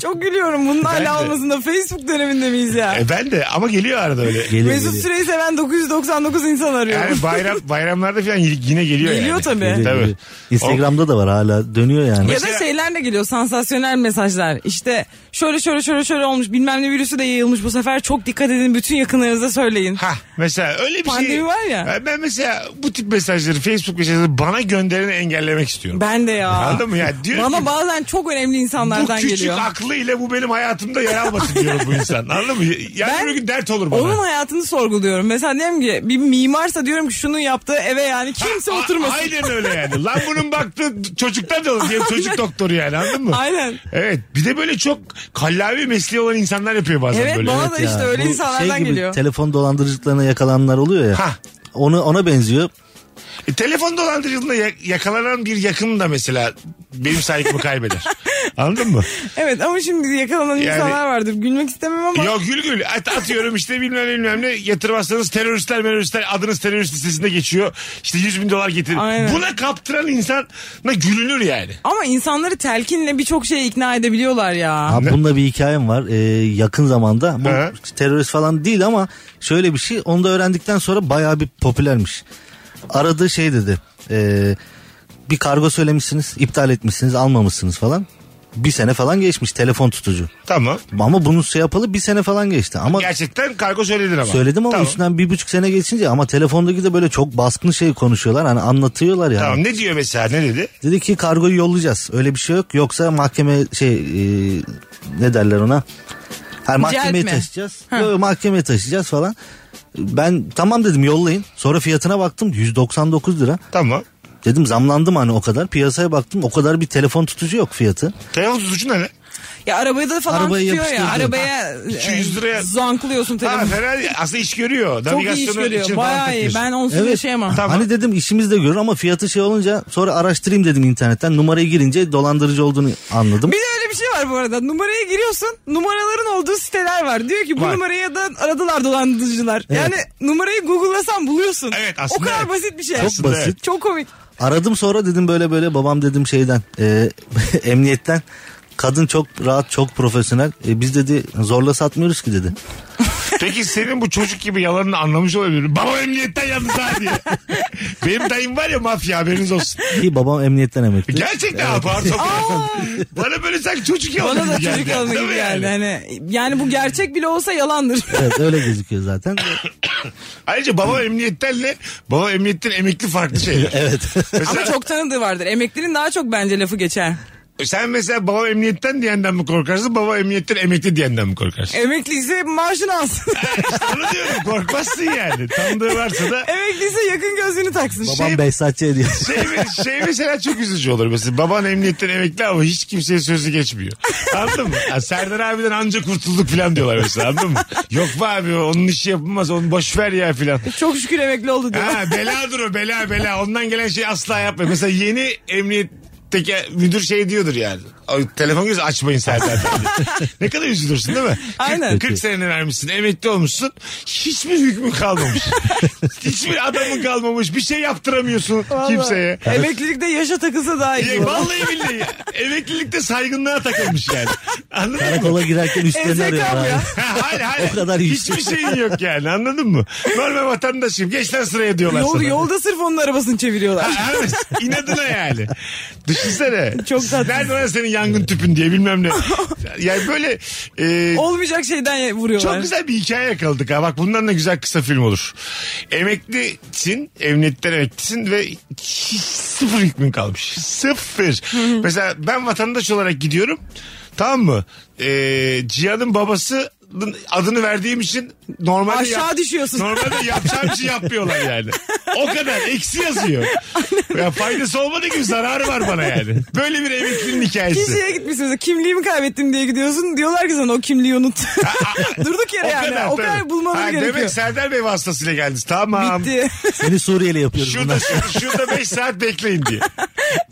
E: Çok gülüyorum
C: Ben
E: bunun
C: de.
E: hala olmasında Facebook döneminde miyiz ya?
C: e, ben de ama geliyor arada öyle.
D: Geliyor,
E: Mesut
D: geliyor.
E: Süreyi seven 999 insan arıyor.
C: Yani bayram bayramlarda falan yine geliyor, yani.
E: Geliyor tabii.
D: Geliyor,
C: Tabii.
D: geliyor. Instagram'da da var hala dönüyor yani.
E: Ya da şeyler de geliyor sansasyonel mesajlar. İşte şöyle şöyle şöyle şöyle olmuş bilmem ne virüsü de yayılmış bu sefer çok dikkat edin bütün yakınlarınıza söyleyin.
C: Ha mesela öyle bir şey.
E: Pandemi var ya.
C: Ben- Ben mesela bu tip mesajları Facebook mesajları bana göndereni engellemek istiyorum.
E: Ben de ya.
C: Anladın mı ya? Diyor
E: Bana
C: ki,
E: bazen çok önemli
C: bu
E: insanlardan
C: küçük
E: geliyor.
C: aklıyla bu benim hayatımda yer almasın diyorum bu insan. Anladın mı? Yani
E: Ben-
C: bir gün dert olur bana.
E: Onun hayatını sorguluyorum. Mesela diyorum ki bir mimarsa diyorum ki şunu yaptığı eve yani kimse
C: A-
E: oturmasın.
C: Aynen öyle yani. Lan bunun baktığı çocuktan da olur diye çocuk doktoru yani anladın mı?
E: Aynen.
C: Evet bir de böyle çok kallavi mesleği olan insanlar yapıyor bazen
E: Evet,
C: böyle.
E: bana da işte öyle
D: bu
E: insanlardan
D: şey gibi,
E: geliyor.
D: Telefon dolandırıcılıklarına yakalananlar oluyor ya.
C: Ha.
D: Onu ona benziyor.
C: E, telefon dolandırıcılığında ya- yakalanan bir yakın da mesela benim saygımı kaybeder. Anladın mı?
E: Evet ama şimdi yakalanan
C: Yani-
E: insanlar vardır. Gülmek istemem ama.
C: Yok gül gül At- atıyorum işte bilmem ne bilmem ne yatırmazsanız teröristler teröristler adınız terörist listesinde geçiyor. İşte 100 bin dolar getirin.
E: Aynen.
C: Buna kaptıran insana gülünür yani.
E: Ama insanları telkinle birçok şeye ikna edebiliyorlar ya.
D: Abi bununla bir hikayem var. Ee, yakın zamanda bu
C: He.
D: terörist falan değil ama şöyle bir şey. Onu da öğrendikten sonra bayağı bir popülermiş. Aradığı şey dedi. ee, bir kargo söylemişsiniz, iptal etmişsiniz, almamışsınız falan. Bir sene falan geçmiş telefon tutucu.
C: Tamam.
D: Ama bunu şey yapalı bir sene falan geçti. Ama
C: Gerçekten kargo söyledin ama.
D: söyledim ama
C: Tamam.
D: üstünden bir buçuk sene geçince ama telefondaki de böyle çok baskın şey konuşuyorlar. Hani anlatıyorlar yani.
C: Tamam ne diyor mesela ne dedi?
D: Dedi ki kargoyu yollayacağız. Öyle bir şey yok. Yoksa mahkeme şey e, ne derler ona? Her mahkemeye
E: mi?
D: taşıyacağız. Yok, yok, mahkemeye taşıyacağız falan. Ben tamam dedim yollayın. Sonra fiyatına baktım 199 lira.
C: Tamam.
D: Dedim zamlandım hani o kadar. Piyasaya baktım o kadar bir telefon tutucu yok fiyatı.
C: Telefon tutucu ne?
E: Ya arabayı da falan
D: Arabayı
E: tutuyor ya.
D: yapıştırdı.
E: Arabaya e,
C: 200 liraya-
E: zanklıyorsun
C: Ha
E: telefonu.
C: fena değil. Aslında iş görüyor.
E: Çok iyi iş
C: Navigasyonu için
E: görüyor.
C: falan
E: Bayağı iyi.
C: takıyorsun.
E: Ben şey- onsuz
D: Evet.
E: yaşayamam.
C: Tamam.
D: Hani dedim işimiz de görür ama fiyatı şey olunca sonra araştırayım dedim internetten. Numarayı girince dolandırıcı olduğunu anladım.
E: Bir de öyle bir şey var bu arada. Numaraya giriyorsun. Numaraların olduğu siteler var. Diyor ki bu
C: Var.
E: numaraya da aradılar dolandırıcılar. Yani numarayı Google'lasan buluyorsun.
C: Evet, aslında
E: O kadar
C: evet.
E: basit bir şey.
D: Çok Aslında basit. evet.
E: Çok komik.
D: Aradım sonra dedim böyle böyle babam dedim şeyden e, emniyetten kadın çok rahat çok profesyonel E, biz dedi zorla satmıyoruz ki dedi.
C: Peki senin bu çocuk gibi yalanını anlamış olabilir. Baba emniyetten yalnız ha diye. Benim dayım var ya mafya haberiniz olsun.
D: Ki babam emniyetten emekli.
C: Gerçekten ha, pardon. Bana böyle sanki çocuk yalanı
E: Bana da
C: gibi geldi.
E: çocuk alımı
C: Değil
E: gibi
C: mi
E: geldi. Yani. yani bu gerçek bile olsa yalandır.
D: Evet öyle gözüküyor zaten.
C: Ayrıca baba emniyettenle baba emniyetten emekli farklı şeyler.
D: Evet.
C: Mesela,
E: Ama çok tanıdığı vardır. Emeklinin daha çok bence lafı geçer.
C: Sen mesela baba emniyetten diyenden mi korkarsın baba emniyetten emekli diyenden mi korkarsın?
E: Emekliyse maaşını alsın.
C: Onu diyorum korkmazsın yani. Tanıdığı varsa da
E: Emekliyse yakın gözünü taksın.
D: babam Behzatçı ediyor.
C: Şey, me- şey mesela çok üzücü olur mesela. Baban emniyetten emekli ama hiç kimseye sözü geçmiyor. Anladın mı? Ya Serdar abiden anca kurtulduk falan diyorlar mesela anladın mı? Yok be abi onun işi yapılmaz onu boş ver ya falan.
E: E, Çok şükür emekli oldu diyor.
C: Ha, bela dur o bela bela ondan gelen şeyi asla yapma. Mesela yeni emniyetteki müdür şey diyordur yani. Ay, Telefon göz açmayın Serdar. dedi. ne kadar üzülürsün değil mi?
E: Aynen.
C: 40 seneni vermişsin, emekli olmuşsun. Hiçbir hükmün kalmamış. Hiçbir adamın kalmamış. Bir şey yaptıramıyorsun
E: Vallahi.
C: kimseye.
E: Emeklilikte yaşa takılsa daha iyi.
C: Ya, vallahi billahi ya. emeklilikte saygınlığa takılmış yani. Anladın
D: Karakola
C: mı?
D: girerken üstlerini
C: Ezek
D: arıyor.
C: abi
D: abi.
C: ya. hayır hayır.
D: O kadar
C: Hiçbir
D: yüksek.
C: şeyin yok yani anladın mı? Normal vatandaşım. Geç lan sıraya diyorlar
E: Yol,
C: sana.
E: yolda sırf onun arabasını çeviriyorlar.
C: Ha, evet. İnadına yani. Düşünsene.
E: Çok tatlı.
C: Nerede var senin yangın tüpün diye bilmem ne. Yani böyle e,
E: Olmayacak şeyden ye- vuruyorlar.
C: çok güzel bir hikaye yakaladık ha. Bak bundan da güzel kısa film olur. Emeklisin, emniyetten emeklisin ve hiç sıfır hükmün kalmış. Sıfır. Mesela ben vatandaş olarak gidiyorum. Tamam mı? Ee, Cihan'ın babası adını verdiğim için normalde
E: Aşağı düşüyorsun.
C: Normalde yapacağım şey yapmıyorlar yani. O kadar eksi yazıyor. Ya faydası olmadığı gibi zararı var bana yani. Böyle bir emeklinin hikayesi.
E: Kişiye gitmişsiniz. Kimliğimi kaybettim diye gidiyorsun. Diyorlar ki sana o kimliği unut. Durduk yere yani. o kadar
C: tabii.
E: bulmaları
C: Ha,
E: gerekiyor.
C: Demek Serdar Bey vasıtasıyla geldiniz. Tamam.
E: Bitti.
D: Seni Suriyeli yapıyoruz
C: Şurada,
D: bundan.
C: şurada, şurada 5 saat bekleyin diye.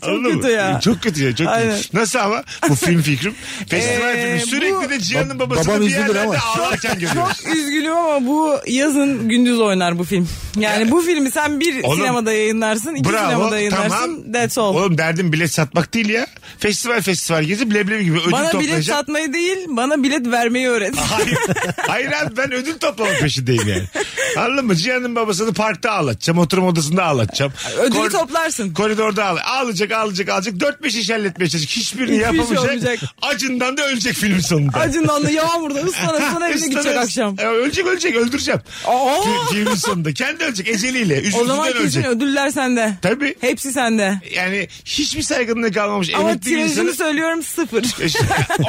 C: Anladın
E: kötü
C: mı?
E: ya.
C: Çok kötü ya. Çok
E: Aynen.
C: kötü. Nasıl ama? Bu film fikrim. Festival
E: Ee,
C: filmi. Sürekli
E: bu-
C: de Cihan'ın
D: Bab-
C: babasını
D: babam
C: bir
D: üzülür
C: yerlerde
D: ama.
C: ağlarken görüyoruz.
E: Çok üzgünüm ama bu yazın gündüz oynar bu film. Yani bu filmi sen bir
C: Oğlum,
E: sinemada yayınlarsın, iki sinemada
C: Bravo.
E: yayınlarsın.
C: Tamam.
E: That's all.
C: Oğlum derdim bilet satmak değil ya. Festival festival gezip leblebi gibi ödül
E: bana
C: toplayacak.
E: bilet satmayı değil, bana bilet vermeyi öğret.
C: Hayır. Hayır abi ben ödül toplama peşindeyim yani. Anladın mı? Cihan'ın babasını parkta ağlatacağım. Oturma odasında ağlatacağım.
E: Ödülü
C: Kor-
E: toplarsın.
C: Koridorda ağla. Ağlayacak ağlayacak ağlayacak. 4-5 iş halletmeye çalışacak. Hiçbirini
E: Hiçbir şey
C: yapamayacak.
E: olmayacak.
C: Acından da ölecek film sonunda.
E: Acından da yağmurda ıslana ıslana evine
C: Islanır.
E: gidecek akşam.
C: E, Ölecek ölecek öldüreceğim.
E: Aa!
C: Fi- Filmin sonunda. Kendi ölecek eceliyle. Üzüntüden
E: O zaman kesin
C: ölecek.
E: ödüller sende.
C: Tabii.
E: Hepsi sende.
C: Yani hiçbir saygınlığı kalmamış.
E: Ama
C: emekli bir insanın-
E: tirajını söylüyorum sıfır.
C: İşte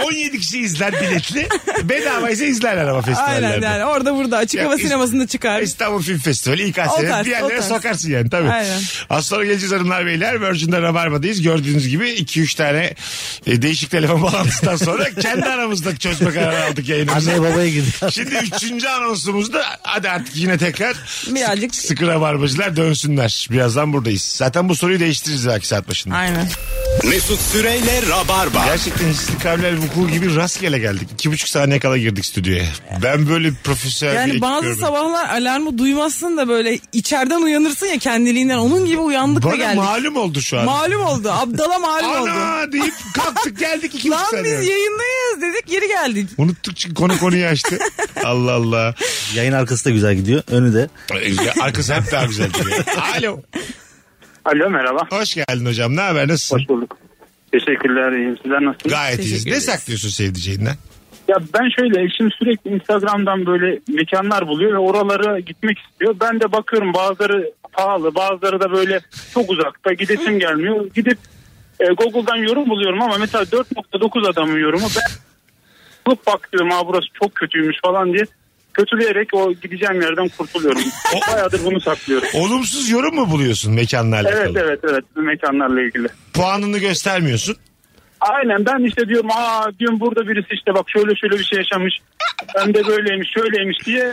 C: 17 kişi izler biletli. Bedava ise izlerler ama festivallerde.
E: Aynen yani orada burada açık
C: Ya
E: hava
C: is-
E: sinemasında çıkar.
C: İstanbul Film Festivali ilk
E: O
C: asya
E: tarz,
C: bir
E: o
C: yerlere
E: tarz.
C: sokarsın yani tabii.
E: Aynen.
C: Az sonra geleceğiz hanımlar beyler. Virgin'de Rabarba'dayız. Gördüğünüz gibi 2-3 tane e, değişik telefon bağlantısından sonra kendi aramızda çözme kararı aldık yayınımıza.
D: Anneye babaya girdik.
C: Şimdi üçüncü anonsumuzda hadi artık yine tekrar
E: Birazcık-
C: sık- sıkı rabarbacılar dönsünler. Birazdan buradayız. Zaten bu soruyu değiştiririz belki saat başında.
E: Aynen.
J: Mesut Süreyle Rabarba.
C: Gerçekten istikrarlar vuku gibi rastgele geldik. İki buçuk saniye kala girdik stüdyoya. Ben böyle profesyonel bir
E: Yani
C: ekip
E: bazı
C: görmedim.
E: sabahlar alarmı duymazsın da böyle içeriden uyanırsın ya kendiliğinden. Onun gibi uyandık
C: Bana
E: ve geldik.
C: malum oldu şu an.
E: Malum oldu. Abdala malum oldu.
C: Ana deyip kalktık geldik iki buçuk
E: Lan biz
C: saniye.
E: yayındayız dedik geri geldik.
C: Unuttuk çünkü konu konuyu açtı. Allah Allah.
D: Yayın arkası da güzel gidiyor. Önü de.
C: Ya Arkası hep daha güzel geliyor. Alo.
O: Alo merhaba.
C: Hoş geldin hocam. Ne haber? Nasılsın?
O: Hoş bulduk. Teşekkürler. iyiyim. Sizler nasılsınız?
C: Gayet iyiyiz. Ne saklıyorsun sevdiceğinden?
O: Ya ben şöyle eşim sürekli Instagram'dan böyle mekanlar buluyor ve oralara gitmek istiyor. Ben de bakıyorum bazıları pahalı bazıları da böyle çok uzakta gidesim gelmiyor. Gidip e, Google'dan yorum buluyorum ama mesela 4.9 adamın yorumu ben bulup bak diyorum ha burası çok kötüymüş falan diye kötüleyerek o gideceğim yerden kurtuluyorum. Bayağıdır bunu saklıyorum.
C: Olumsuz yorum mu buluyorsun mekanla alakalı?
O: Evet evet evet mekanlarla ilgili.
C: Puanını göstermiyorsun.
O: Aynen ben işte diyorum aa diyorum burada birisi işte bak şöyle şöyle bir şey yaşamış. Ben de böyleymiş şöyleymiş diye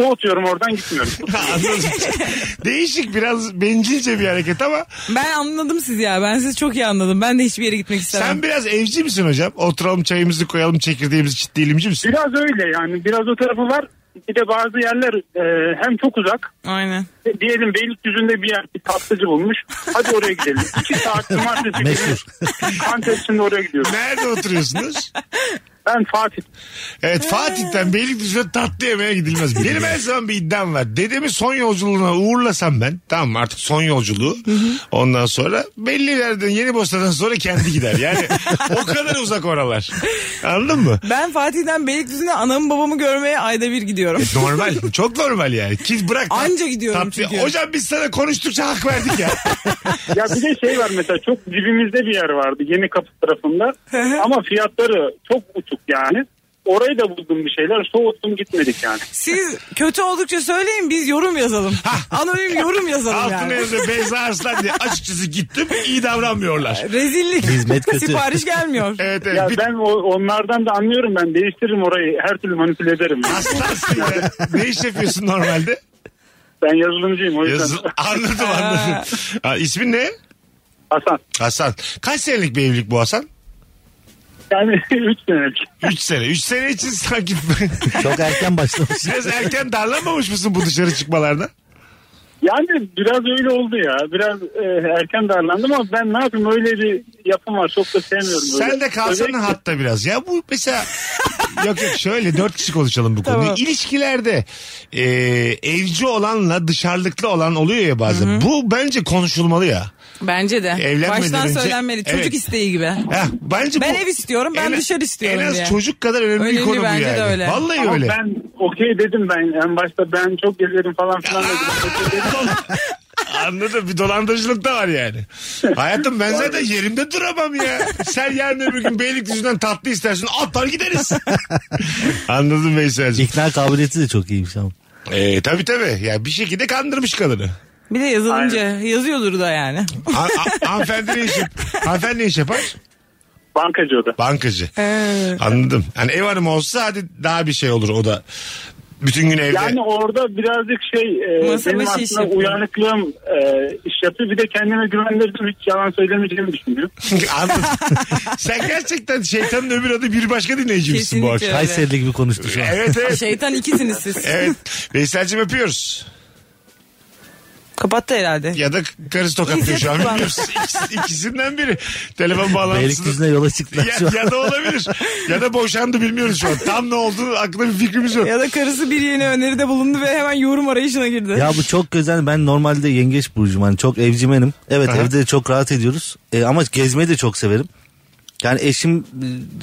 O: soğutuyorum oradan gitmiyorum.
C: Anladım. Değişik biraz bencilce bir hareket ama
E: Ben anladım sizi ya. Ben sizi çok iyi anladım. Ben de hiçbir yere gitmek istemem.
C: sen biraz evci misin hocam? Oturalım çayımızı koyalım çekirdeğimizi çitleyelimci misin?
O: Biraz öyle yani biraz o tarafı var. Bir de bazı yerler e, hem çok uzak
E: Aynen.
O: E, diyelim Beylikdüzü'nde bir yer bir tatlıcı bulmuş. Hadi oraya gidelim. İki saat cumartesi günü
D: Meşhur.
O: Antep için oraya gidiyorum.
C: Nerede oturuyorsunuz?
O: Ben Fatih.
C: Evet Fatih'ten Beylikdüzü'ne tatlı yemeğe gidilmez. Benim her zaman bir iddiam var. Dedemi son yolculuğuna uğurlasam ben. Tamam mı? artık son yolculuğu. Ondan sonra belli yerden yeni Bosna'dan sonra kendi gider. Yani o kadar uzak oralar. Anladın mı?
E: Ben Fatih'ten Beylikdüzü'ne anamı babamı görmeye ayda bir gidiyorum.
C: E, Normal. Çok normal yani. Ki bırak. tat-
E: Anca gidiyorum çünkü.
C: Hocam biz sana konuştukça hak verdik ya.
O: Ya bir de şey var mesela çok dibimizde bir yer vardı yeni kapı tarafında ama fiyatları çok uçuk yani. Orayı da buldum bir şeyler soğuttum gitmedik yani.
E: Siz kötü oldukça söyleyin biz yorum yazalım. Anonim yorum yazalım
C: Altına
E: yani.
C: yazıyor Beyza Arslan diye. Açıkçası gittim iyi davranmıyorlar.
E: Rezillik.
D: Hizmet kötü.
E: Sipariş gelmiyor.
C: Evet
O: Ya
C: evet. Bir-
O: ben o- onlardan da anlıyorum ben değiştiririm orayı her türlü manipüle ederim. ya.
C: Aslansın ya. Ne iş yapıyorsun normalde?
O: Ben yazılımcıyım o yüzden.
C: Yazı- Anladım anladım. Ha, ismin ne?
O: Hasan
C: Hasan. Kaç senelik bir evlilik bu Hasan?
O: Yani 3 senelik.
C: 3 sene. 3 sene için sanki
D: Çok erken başlamış.
C: biraz erken darlanmamış mısın bu dışarı çıkmalarda?
O: Yani biraz öyle oldu ya. Biraz e, erken darlandım ama ben ne yapayım öyle bir yapım var. Çok da sevmiyorum. böyle.
C: Sen de kalsana
O: Özellikle-
C: hatta biraz. Ya bu mesela yok yok şöyle dört kişi konuşalım bu konuyu.
O: Tamam.
C: İlişkilerde e, evci olanla dışarılıklı olan oluyor ya bazen. Bu bence konuşulmalı ya.
E: Bence de.
C: Evlenmeden
E: Baştan
C: önce-
E: söylenmeli. Çocuk
C: Evet.
E: isteği gibi.
C: Heh, bence
E: ben
C: bu-
E: ev istiyorum, ben
C: en-
E: dışarı istiyorum
C: En az
E: diye.
C: çocuk kadar önemli, bir
E: Önemli
C: konu bu
E: bence de
C: yani.
E: öyle.
C: Vallahi
O: Ama
C: öyle.
O: ben okey dedim ben. En başta ben çok gezerim falan filan dedim.
C: Anladım bir dolandırıcılık da var yani. Hayatım ben zaten yerimde duramam ya. Sen yarın öbür gün Beylikdüzü'nden tatlı istersin atlar gideriz. Anladım Veysel'cim.
D: İkna kabiliyeti de çok iyiymiş ama.
C: Ee, tabii tabii ya bir şekilde kandırmış kadını.
E: Bir de yazılınca yazıyordur da yani.
C: Ha- ha- hanımefendi ne iş, yap- hanımefendi ne iş yapar?
O: Bankacı o da.
C: Bankacı. Anladım. Yani ev hanımı olsa hadi daha bir şey olur o da. Bütün gün evde.
O: Yani orada birazcık şey e,
E: Masa
O: benim
E: başı iş
O: aslında
E: yapıyor.
O: uyanıklığım e, iş yapıyor. Bir de kendime güvendirdim hiç yalan söylemeyeceğimi düşünüyorum.
C: Anladım. Sen gerçekten şeytanın öbür adı bir başka dinleyicimsin bu akşam.
E: Kesinlikle öyle.
D: Kayseri'li gibi konuştu şu an.
C: Evet evet.
E: Şeytan ikisiniz siz.
C: Evet. Veysel'cim öpüyoruz.
E: Kapattı herhalde.
C: Ya da karısı tokatlıyor şu an.
E: İzzet
C: Bilmiyoruz. İkisi- İkisinden biri. Telefon bağlantısını.
D: Beylikdüzü'ne yola çıktılar şu
C: Ya,
D: an.
C: ya da olabilir. Ya da boşandı bilmiyoruz şu an. Tam ne oldu aklında bir fikrimiz yok.
E: Ya da karısı bir yeni öneride bulundu ve hemen yorum arayışına girdi.
D: Ya bu çok güzel. Ben normalde yengeç burcuyum. Hani çok evcimenim. Evet
C: Aha.
D: evde çok rahat ediyoruz. E, ama gezmeyi de çok severim. Yani eşim e,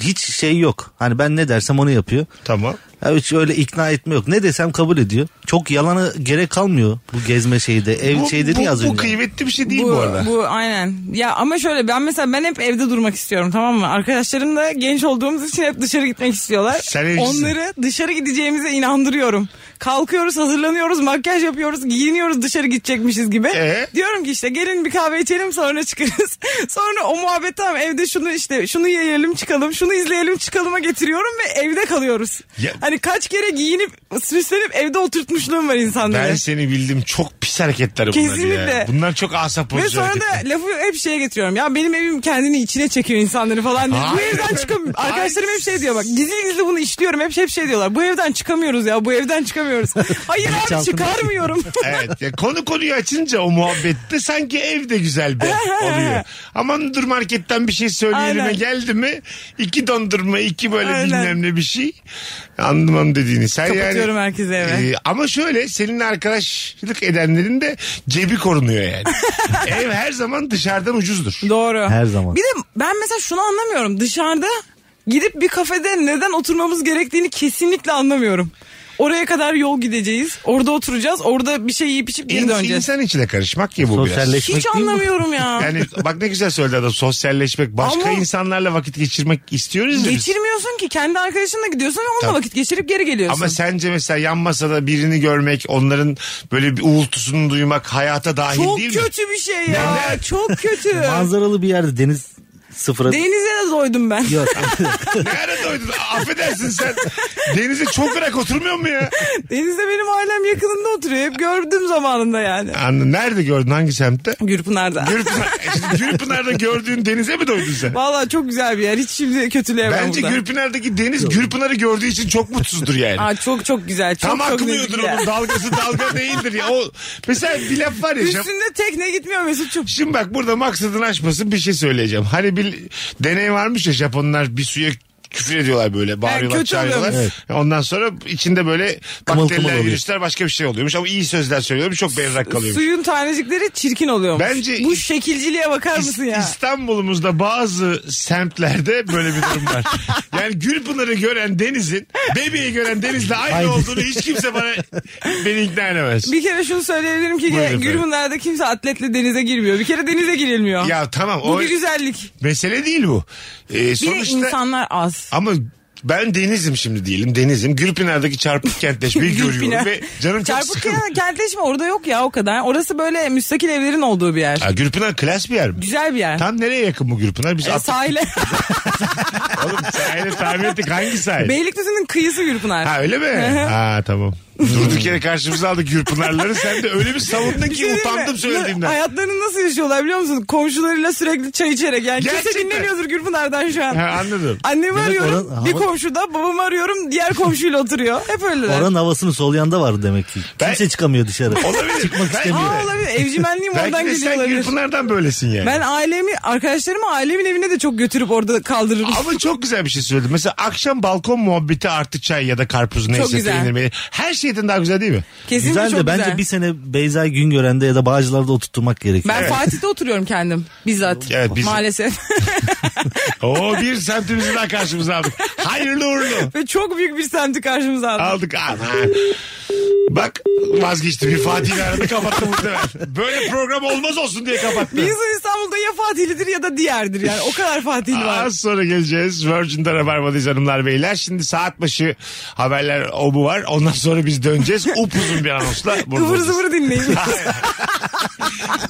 D: hiç şey yok. Hani ben ne dersem onu yapıyor.
C: Tamam.
D: Ya hiç öyle ikna etme yok. Ne desem kabul ediyor. Çok yalana gerek kalmıyor bu gezme şeyi de. Ev
C: bu,
D: şeyi dedi
C: bu,
D: ya az
C: bu
D: önce.
C: kıymetli bir şey değil bu, arada.
E: Bu aynen. Ya ama şöyle ben mesela ben hep evde durmak istiyorum tamam mı? Arkadaşlarım da genç olduğumuz için hep dışarı gitmek istiyorlar.
C: Sen evcisin.
E: Onları dışarı gideceğimize inandırıyorum. Kalkıyoruz, hazırlanıyoruz, makyaj yapıyoruz, giyiniyoruz dışarı gidecekmişiz gibi.
C: Ee?
E: Diyorum ki işte gelin bir kahve içelim sonra çıkarız. sonra o muhabbet tamam evde şunu işte şunu yiyelim çıkalım, şunu izleyelim çıkalıma getiriyorum ve evde kalıyoruz.
C: Ya-
E: Hani kaç kere giyinip süslenip evde oturtmuşluğum var insanları.
C: Ben seni bildim çok pis hareketler bunlar ya.
E: Kesinlikle.
C: Bunlar çok asap
E: Ve
C: bozucu
E: sonra
C: hareketler.
E: da lafı hep şeye getiriyorum. Ya benim evim kendini içine çekiyor insanları falan diye. Bu
C: Hayır.
E: evden çıkamıyorum.
C: Hayır.
E: Arkadaşlarım hep şey diyor bak. Gizli gizli bunu işliyorum. Hep hep şey diyorlar. Bu evden çıkamıyoruz ya. Bu evden çıkamıyoruz. Hayır
D: Bilinçaltında.
E: abi çıkarmıyorum.
C: Evet ya konu konuyu açınca o muhabbette sanki ev de güzel bir oluyor. Aman dur marketten bir şey söyleyelim'e
E: Aynen.
C: geldi mi iki dondurma iki böyle
E: Aynen.
C: bilmem ne bir şey. Anladım onu dediğini. Sen
E: Kapatıyorum
C: yani,
E: herkese eve.
C: Ee, ama şöyle seninle arkadaşlık edenlerin de cebi korunuyor yani. ev her zaman dışarıdan ucuzdur.
E: Doğru.
D: Her zaman.
E: Bir de ben mesela şunu anlamıyorum. Dışarıda gidip bir kafede neden oturmamız gerektiğini kesinlikle anlamıyorum. Oraya kadar yol gideceğiz. Orada oturacağız. Orada bir şey yiyip içip geri
C: İns-
E: döneceğiz.
C: insan içine karışmak ya bu biraz.
D: Sosyalleşmek
E: Hiç
D: değil mi?
E: anlamıyorum ya.
C: Yani bak ne güzel söyledi adam sosyalleşmek. Başka
E: Ama-
C: insanlarla vakit geçirmek istiyoruz ya biz.
E: Geçirmiyorsun ki. Kendi arkadaşınla gidiyorsun ve onunla
C: Tabii.
E: vakit geçirip geri geliyorsun.
C: Ama sence mesela yan masada birini görmek, onların böyle bir uğultusunu duymak hayata dahil
E: Çok
C: değil mi?
E: kötü bir şey ya. Çok kötü.
D: Manzaralı bir yerde deniz sıfıra...
E: Denize de doydum ben.
D: Yok.
C: Ne ara doydun? Affedersin sen. Denize çok bırak oturmuyor mu ya?
E: Denizde benim ailem yakınında oturuyor. Hep gördüğüm zamanında yani.
C: Anladım. Nerede gördün? Hangi semtte?
E: Gürpınar'da.
C: Gürpınar, E şimdi Gürpınar'da gördüğün denize mi doydun sen?
E: Valla çok güzel bir yer. Hiç şimdi kötüleyemem
C: Bence
E: burada.
C: Gürpınar'daki deniz Gürpınar'ı gördüğü için çok mutsuzdur yani.
E: Aa, çok çok güzel. Çok,
C: Tam
E: çok
C: akmıyordur
E: lezzetli.
C: onun dalgası dalga değildir ya. O, mesela bir laf var ya. şap-
E: Üstünde tekne gitmiyor Mesut'cum.
C: Şimdi bak burada maksadını aşmasın bir şey söyleyeceğim. Hani bir deney varmış ya Japonlar bir suya küfür ediyorlar böyle bağırıyorlar
E: kötü
C: çağırıyorlar.
E: oluyormuş.
C: Ondan sonra içinde böyle
D: Kımıl
C: bakteriler
D: kımıl oluyor.
C: virüsler başka bir şey oluyormuş ama iyi sözler söylüyormuş çok berrak kalıyormuş.
E: Suyun tanecikleri çirkin oluyormuş.
C: Bence-
E: Bu şekilciliğe bakar
C: İs-
E: mısın ya?
C: İstanbul'umuzda bazı semtlerde böyle bir durum var. yani Gülpınar'ı gören denizin bebeği gören denizle aynı
D: Aynı.
C: olduğunu hiç kimse bana beni ikna edemez.
E: bir kere şunu söyleyebilirim ki
C: Buyurun efendim.
E: Gürpınar'da kimse atletle denize girmiyor. Bir kere denize girilmiyor.
C: Ya tamam
E: Bu
C: o
E: bir güzellik.
C: mesele değil bu. Ee,
E: Bir de
C: sonuçta
E: insanlar az.
C: Ama ben denizim şimdi diyelim denizim. Gülpınar'daki çarpık kentleşmeyi görüyorum
E: Gülpınar.
C: ve canım çok
E: Çarpık
C: sıkıldı.
E: kentleşme orada yok ya o kadar. Orası böyle müstakil evlerin olduğu bir yer.
C: Ha, Gülpınar klas bir yer mi?
E: Güzel bir yer.
C: Tam nereye yakın bu Gülpınar? Biz
E: E,
C: attık.
E: sahile.
C: Oğlum sahile tahmin ettik hangi sahil?
E: Beylikdüzü'nün kıyısı Gürpınar.
C: Ha öyle mi?
E: Hı hı.
C: ha tamam. Durduk yere karşımıza aldık Gürpınarları. Sen de öyle bir savundun
E: Bir şey
C: ki
E: diyeyim mi?
C: utandım söylediğimden.
E: Hayatlarını nasıl yaşıyorlar biliyor musun? Komşularıyla sürekli çay içerek. Yani kimse
C: Gerçekten.
E: dinlemiyordur Gürpınar'dan şu an.
C: Ha, anladım.
E: Annemi
D: Demek
E: arıyorum.
D: oran-
E: bir
D: hava-
E: komşuda babamı arıyorum. Diğer komşuyla oturuyor. Hep öyleler.
D: Oranın havasını solyanda var demek ki. Kimse çıkamıyor dışarı.
C: Olabilir.
D: Çıkmak
C: Belki
D: istemiyor.
E: Aa, olabilir. Evcimenliğim
C: Belki
E: oradan
C: de
E: geliyor
C: sen
E: olabilir.
C: Gürpınar'dan böylesin yani.
E: Ben ailemi, arkadaşlarımı ailemin evine de çok götürüp orada kaldırırım.
C: Ama çok güzel bir şey söyledin. Mesela akşam balkon muhabbeti artı çay ya da karpuz neyse
E: güzel.
C: peynir meynir. Her şeyden daha güzel değil mi?
E: Kesinlikle
D: güzel
E: çok
D: de bence
E: güzel.
D: bir sene Beyza Güngören'de ya da Bağcılar'da oturtmak gerekiyor.
E: Ben Fatih'te oturuyorum kendim. Bizzat.
C: Evet, biz-
E: Maalesef.
C: Oo bir semtimizi daha karşımıza aldık. Hayırlı uğurlu.
E: Ve çok büyük bir semti karşımıza aldık.
C: Aldık. Aman. Bak vazgeçti bir Fatih'in aradı kapattı muhtemelen. Böyle program olmaz olsun diye kapattı.
E: Bir insan İstanbul'da ya Fatihlidir ya da diğerdir. Yani o kadar Fatihli var.
C: Az sonra geleceğiz. Virgin'de Rabarba'dayız hanımlar beyler. Şimdi saat başı haberler o bu var. Ondan sonra biz döneceğiz. Upuzun bir anonsla.
E: Kıvır
C: buradayız.
E: zıvır dinleyin.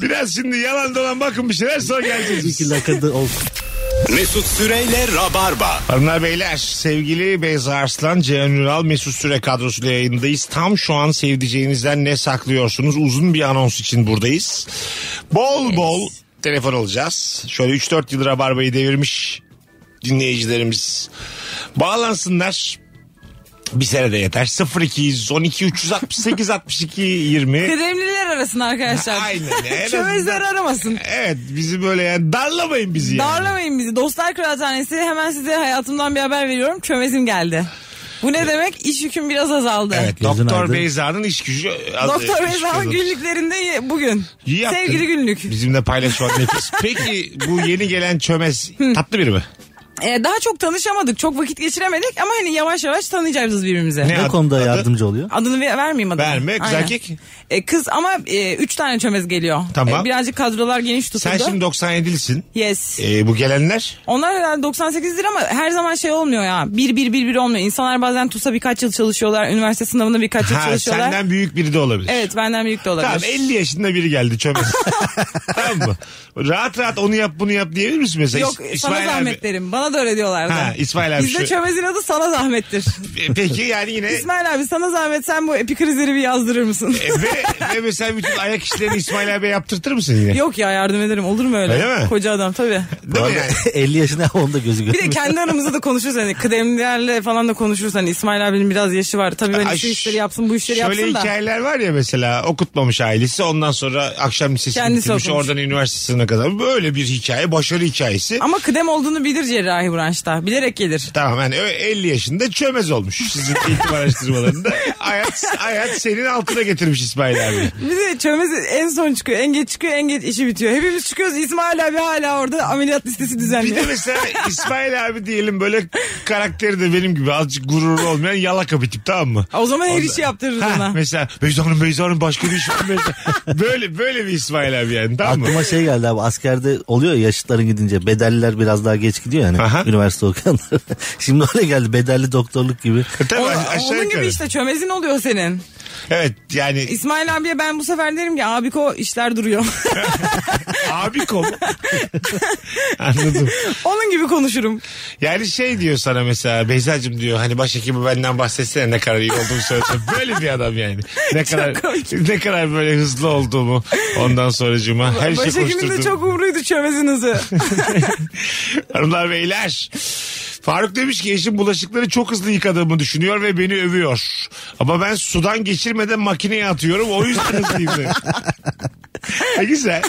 C: Biraz şimdi yalan dolan bakın bir şeyler sonra geleceğiz. biz.
D: dakikada olsun.
J: Mesut Süreyle Rabarba.
C: Hanımlar beyler sevgili Beyza Arslan, Ceyhan Ünal, Mesut Süre kadrosuyla yayındayız. Tam şu an sevdiceğinizden ne saklıyorsunuz? Uzun bir anons için buradayız. Bol bol telefon alacağız. Şöyle 3-4 yıl rabarbayı devirmiş dinleyicilerimiz. Bağlansınlar. Bir sene de yeter. 0212 368 62 20.
E: Kıdemliler arasın arkadaşlar.
C: Aynen, en
E: Çömezler
C: azından-
E: aramasın.
C: Evet bizi böyle yani darlamayın bizi yani.
E: Darlamayın bizi. Dostlar Kıraathanesi hemen size hayatımdan bir haber veriyorum. Çömezim geldi. Bu ne demek? İş yüküm biraz azaldı.
C: Evet,
D: Gözün
C: Doktor
D: aydın.
C: Beyza'nın iş gücü.
E: Doktor
C: iş
E: Beyza'nın
C: gücü-
E: günlüklerinde ye- bugün.
C: İyi yaptın.
E: Sevgili günlük.
C: Bizimle paylaşman nefis. Peki bu yeni gelen çömez tatlı biri mi?
E: Ee, daha çok tanışamadık. Çok vakit geçiremedik ama hani yavaş yavaş tanıyacağız
C: Ne
E: birbirimize.
D: Ne
C: adı-
D: konuda
C: adı?
D: yardımcı oluyor?
E: Adını ver, vermeyeyim adını.
C: Verme, kız
E: Aynen.
C: erkek.
E: E, kız ama e, üç tane çömez geliyor.
C: Tamam.
E: E, birazcık kadrolar geniş
C: Sen
E: tutuldu.
C: şimdi 97'lisin.
E: Yes.
C: Ee, bu gelenler
E: Onlar herhalde 98'dir ama her zaman şey olmuyor ya. Bir bir bir bir olmuyor. İnsanlar bazen TUS'a birkaç yıl çalışıyorlar. Üniversite sınavında birkaç yıl
C: ha,
E: çalışıyorlar.
C: senden büyük biri de olabilir.
E: Evet benden büyük de olabilir.
C: Tamam 50 yaşında biri geldi çömez. tamam mı? Rahat rahat onu yap bunu yap diyebilir misin mesela?
E: Yok
C: İs-
E: sana
C: İsmail
E: zahmet
C: abi.
E: derim. Bana da öyle diyorlardı.
C: Ha, İsmail abi
E: Bizde
C: şu-
E: çömezin adı sana zahmettir.
C: E, Peki yani yine
E: İsmail abi sana zahmet sen bu epikrizleri bir yazdırır mısın?
C: E, ve, ve mesela bütün ayak işlerini İsmail abiye yaptırtır mısın yine?
E: Yok ya yardım ederim olur mu öyle?
C: Öyle mi?
E: Koca adam tabii.
C: Değil mi yani?
D: 50 yaşında onda gözü
E: Bir de
D: görmüyor.
E: kendi aramızda da konuşuruz hani kıdemlerle falan da konuşuruz hani İsmail abinin biraz yaşı var. Tabii ben
C: Ay,
E: şu
C: ş-
E: işleri yapsın bu işleri
C: Şöyle
E: yapsın da.
C: hikayeler var ya mesela okutmamış ailesi ondan sonra akşam lisesini
E: Kendisi
C: bitirmiş
E: okumuş.
C: oradan üniversitesine kadar böyle bir hikaye başarı hikayesi.
E: Ama kıdem olduğunu bilir cerrahi branşta. Bilerek gelir.
C: Tamam yani ö- 50 yaşında çömez olmuş sizin eğitim araştırmalarında. hayat, hayat senin altına getirmiş İsmail abi.
E: Bir de çömez en son çıkıyor. En geç çıkıyor en geç işi bitiyor. Hepimiz çıkıyoruz İsmail abi hala orada ameliyat listesi
C: Bir
E: düzenliyor.
C: de mesela İsmail abi diyelim böyle karakteri de benim gibi azıcık gururlu olmayan yalaka bir tip tamam mı?
E: O zaman her işi yaptırırız
C: Ha,
E: ona.
C: mesela Beyza Hanım Beyza Hanım başka bir iş var mı Beyza?" Böyle, böyle bir İsmail abi yani tamam mı?
D: Aklıma şey geldi abi askerde oluyor ya yaşıtların gidince bedelliler biraz daha geç gidiyor yani
C: Aha.
D: üniversite okuyanlar. Şimdi öyle geldi bedelli doktorluk gibi.
C: E tabii
E: O-
C: aşağı
E: onun gibi
C: yukarı.
E: işte çömezin oluyor senin.
C: Evet yani
E: İsmail abiye ben bu sefer derim ki abiko işler duruyor.
C: Abi kol. Anladım.
E: onun gibi konuşurum.
C: Yani şey diyor sana mesela Beyza'cığım diyor hani başhekimi benden bahsetsene ne kadar iyi olduğumu söylesene. Böyle bir adam yani. Ne kadar
E: komik.
C: ne kadar böyle hızlı olduğumu ondan sonra cuma her şey
E: Başhekimin de
C: koşturdum.
E: çok umruydu çömezin hızı.
C: Hanımlar beyler. Faruk demiş ki eşim bulaşıkları çok hızlı yıkadığımı düşünüyor ve beni övüyor. Ama ben sudan geçirmeden makineye atıyorum o yüzden hızlıyım demiş. Ne güzel.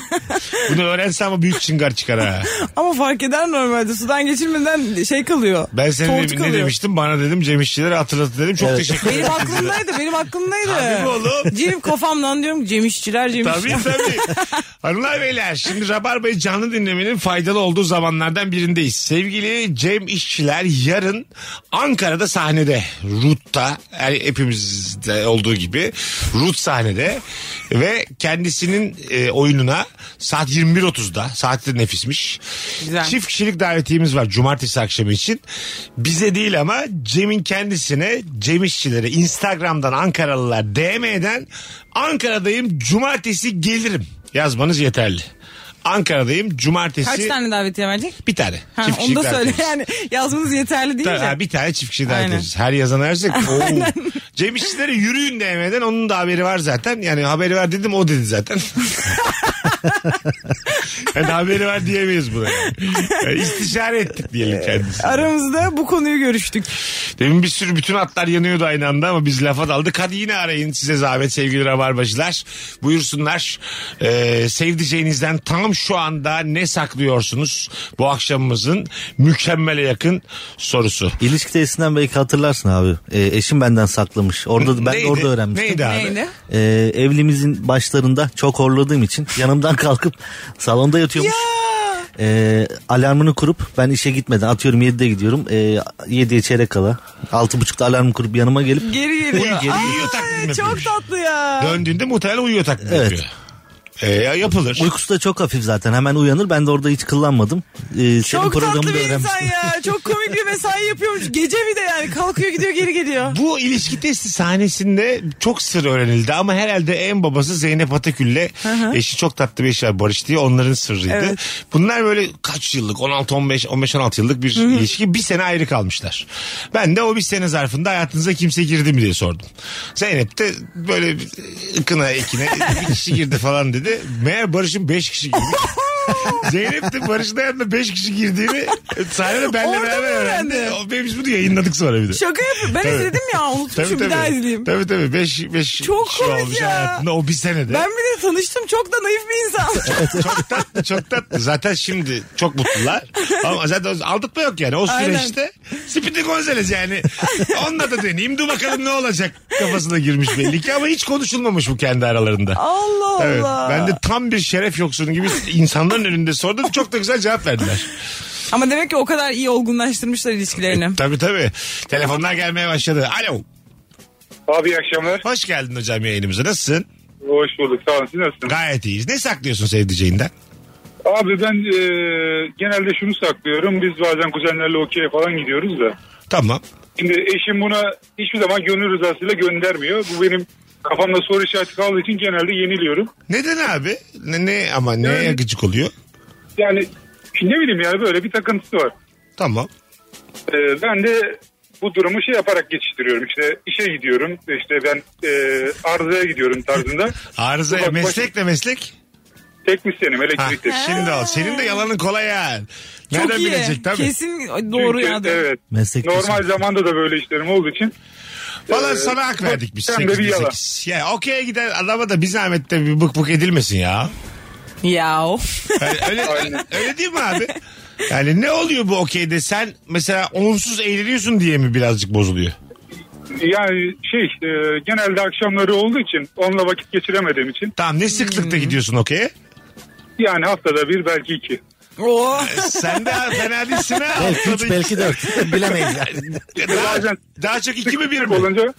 C: Bunu öğrense ama büyük çıngar çıkar ha.
E: Ama fark eder normalde sudan geçirmeden şey kalıyor.
C: Ben senin
E: Soğut
C: ne,
E: kalıyor.
C: demiştim? Bana dedim Cem İşçilere hatırlat dedim. Çok
D: Evet.
C: teşekkür ederim.
E: Benim aklımdaydı benim aklımdaydı.
C: Tabii oğlum.
E: Cirim kafamdan diyorum ki cemişçiler cemişçiler.
C: Tabii tabii. Hanımlar beyler şimdi Rabarba'yı canlı dinlemenin faydalı olduğu zamanlardan birindeyiz. Sevgili Cem İşçiler yarın Ankara'da sahnede. Rut'ta yani hepimizde olduğu gibi Rut sahnede ve kendisinin e, oyununa saat 21.30'da saat de nefismiş.
E: Güzel.
C: Çift kişilik davetiyemiz var cumartesi akşamı için. Bize değil ama Cem'in kendisine, Cem işçilere Instagram'dan Ankaralılar DM'den Ankara'dayım cumartesi gelirim yazmanız yeterli. Ankara'dayım. Cumartesi
E: Kaç tane davetiye verecek?
C: bir tane.
E: Ha,
C: Çift
E: onu da
C: kişilik
E: söyle
C: davetiyemiz.
E: yani yazmanız yeterli değil
C: Ta-
E: mi?
C: ha, bir tane çift kişi daha
E: Aynen.
C: ekleriz. Her yazan ersek. oo. Cem İşçilere yürüyün demeden onun da haberi var zaten. Yani haberi var dedim o dedi zaten. yani haberi var diyemeyiz buna. Yani E, istişare ettik diyelim kendisi.
E: Ee, Aramızda bu konuyu görüştük.
C: Demin bir sürü bütün atlar yanıyordu aynı anda ama biz lafa daldık. Hadi yine arayın size zahmet sevgili rabarbacılar. Buyursunlar. Ee, sevdiceğinizden tam şu anda ne saklıyorsunuz? Bu akşamımızın mükemmele yakın sorusu.
D: İlişki testinden belki hatırlarsın abi. Ee, eşim benden saklamış. Orada ben de
C: Neydi?
D: orada öğrenmiştim.
C: Neydi abi? Neydi?
D: Ee, evliliğimizin başlarında çok horladığım için yanımdan kalkıp salonda yatıyormuş. Ee, alarmını kurup ben işe gitmeden atıyorum 7'de gidiyorum. Ee, 7'ye çeyrek kala 6.30'da alarmı kurup yanıma gelip
E: Geri geliyor.
D: Uy, geri
E: Aa,
C: geliyor taklidini
E: Çok
C: yapıyormuş.
E: tatlı ya.
C: Döndüğünde muhtemelen uyuyor taklidi
D: Evet.
C: yapıyor. Ee, yapılır.
D: Uykusu da çok hafif zaten hemen uyanır. Ben de orada hiç kıllanmadım. Ee, senin
E: Çok
D: programını
E: tatlı
D: da
E: bir insan
D: öğrenmiştim.
E: ya. Çok komik bir mesai yapıyormuş. Gece bir de yani kalkıyor gidiyor geri geliyor.
C: Bu ilişki testi sahnesinde çok sır öğrenildi ama herhalde en babası Zeynep Atakül'le eşi çok tatlı bir eşi var Barış diye onların sırrıydı.
E: Evet.
C: Bunlar böyle kaç yıllık 16-15 15-16 yıllık bir ilişki bir sene ayrı kalmışlar. Ben de o bir sene zarfında hayatınıza kimse girdi mi diye sordum. Zeynep de böyle bir ıkına ekine bir kişi girdi falan dedi. Meğer Barış'ın 5 kişi girdi. Zeynep de Barış'ın hayatına 5 kişi girdiğini sahnede benle
E: Orada mı
C: beraber öğrendi.
E: öğrendi?
C: O- Biz bunu yayınladık sonra bir de.
E: Şaka yapıyor. Ben
C: Tabii.
E: izledim ya unutmuşum bir daha izleyeyim.
C: Tabii tabii. Beş, beş
E: Çok
C: kişi
E: komik
C: olmuş
E: ya.
C: hayatında o bir senede.
E: Ben bir de tanıştım çok da naif bir insan.
C: çok tatlı çok tatlı. Zaten şimdi çok mutlular. Ama zaten aldatma yok yani. O
E: Aynen.
C: süreçte Speedy Gonzales yani. Onunla da deneyeyim. Dur bakalım ne olacak kafasına girmiş belli ki. Ama hiç konuşulmamış bu kendi aralarında.
E: Allah
C: Evet,
E: Allah.
C: ben de tam bir şeref yoksunu gibi insanların önünde sordum. Çok da güzel cevap verdiler.
E: Ama demek ki o kadar iyi olgunlaştırmışlar ilişkilerini.
C: E, Tabii tabii. Telefonlar gelmeye başladı. Alo.
P: Abi iyi akşamlar.
C: Hoş geldin hocam yayınımıza. Nasılsın?
P: Hoş bulduk sağ olun siz nasılsınız?
C: Gayet iyiyiz. Ne saklıyorsun sevdiceğinden?
P: Abi ben e, genelde şunu saklıyorum. Biz bazen kuzenlerle okey'e falan gidiyoruz da.
C: Tamam.
P: Şimdi eşim buna hiçbir zaman gönül rızasıyla göndermiyor. Bu benim kafamda soru işareti kaldığı için genelde yeniliyorum.
C: Neden abi? Ne, ne ama neye gıcık oluyor?
P: Yani ne bileyim yani böyle bir takıntısı var.
C: Tamam.
P: E, ben de bu durumu şey yaparak geçiştiriyorum. İşte işe gidiyorum. İşte ben e, arızaya gidiyorum tarzında.
C: Arıza
P: Bak, bak-
C: meslek ne meslek?
P: Teknisyenim
C: Ha,
P: elektrik teknisyeni.
C: şimdi o. Senin de yalanın kolay ha. Nereden
E: iyi.
C: bilecek tabii.
E: Kesin doğru
P: Çünkü,
E: ya.
P: Evet.
D: Meslek
P: Normal zamanda da böyle işlerim olduğu için.
C: Valla
P: Ee,
C: sana hak verdik biz.
P: sen de
C: 8
P: bir yalan.
C: 8. Ya okey'e giden adama da bir zahmet de bir bık bık edilmesin ya.
E: Ya of.
C: Yani öyle, öyle değil mi abi? Yani ne oluyor bu okey'de? Sen mesela onsuz eğleniyorsun diye mi birazcık bozuluyor?
P: Yani şey e, genelde akşamları olduğu için onunla vakit geçiremediğim için
C: Tamam ne sıklıkta gidiyorsun okey'e?
P: yani haftada bir belki iki.
E: Oo.
C: Oh. E, Sen de fena değilsin ha.
D: Belki üç,
C: Haftada-
D: belki dört. Bilemeyiz yani.
C: Daha,
P: Bazen
C: daha çok iki mi bir mi?
P: olunca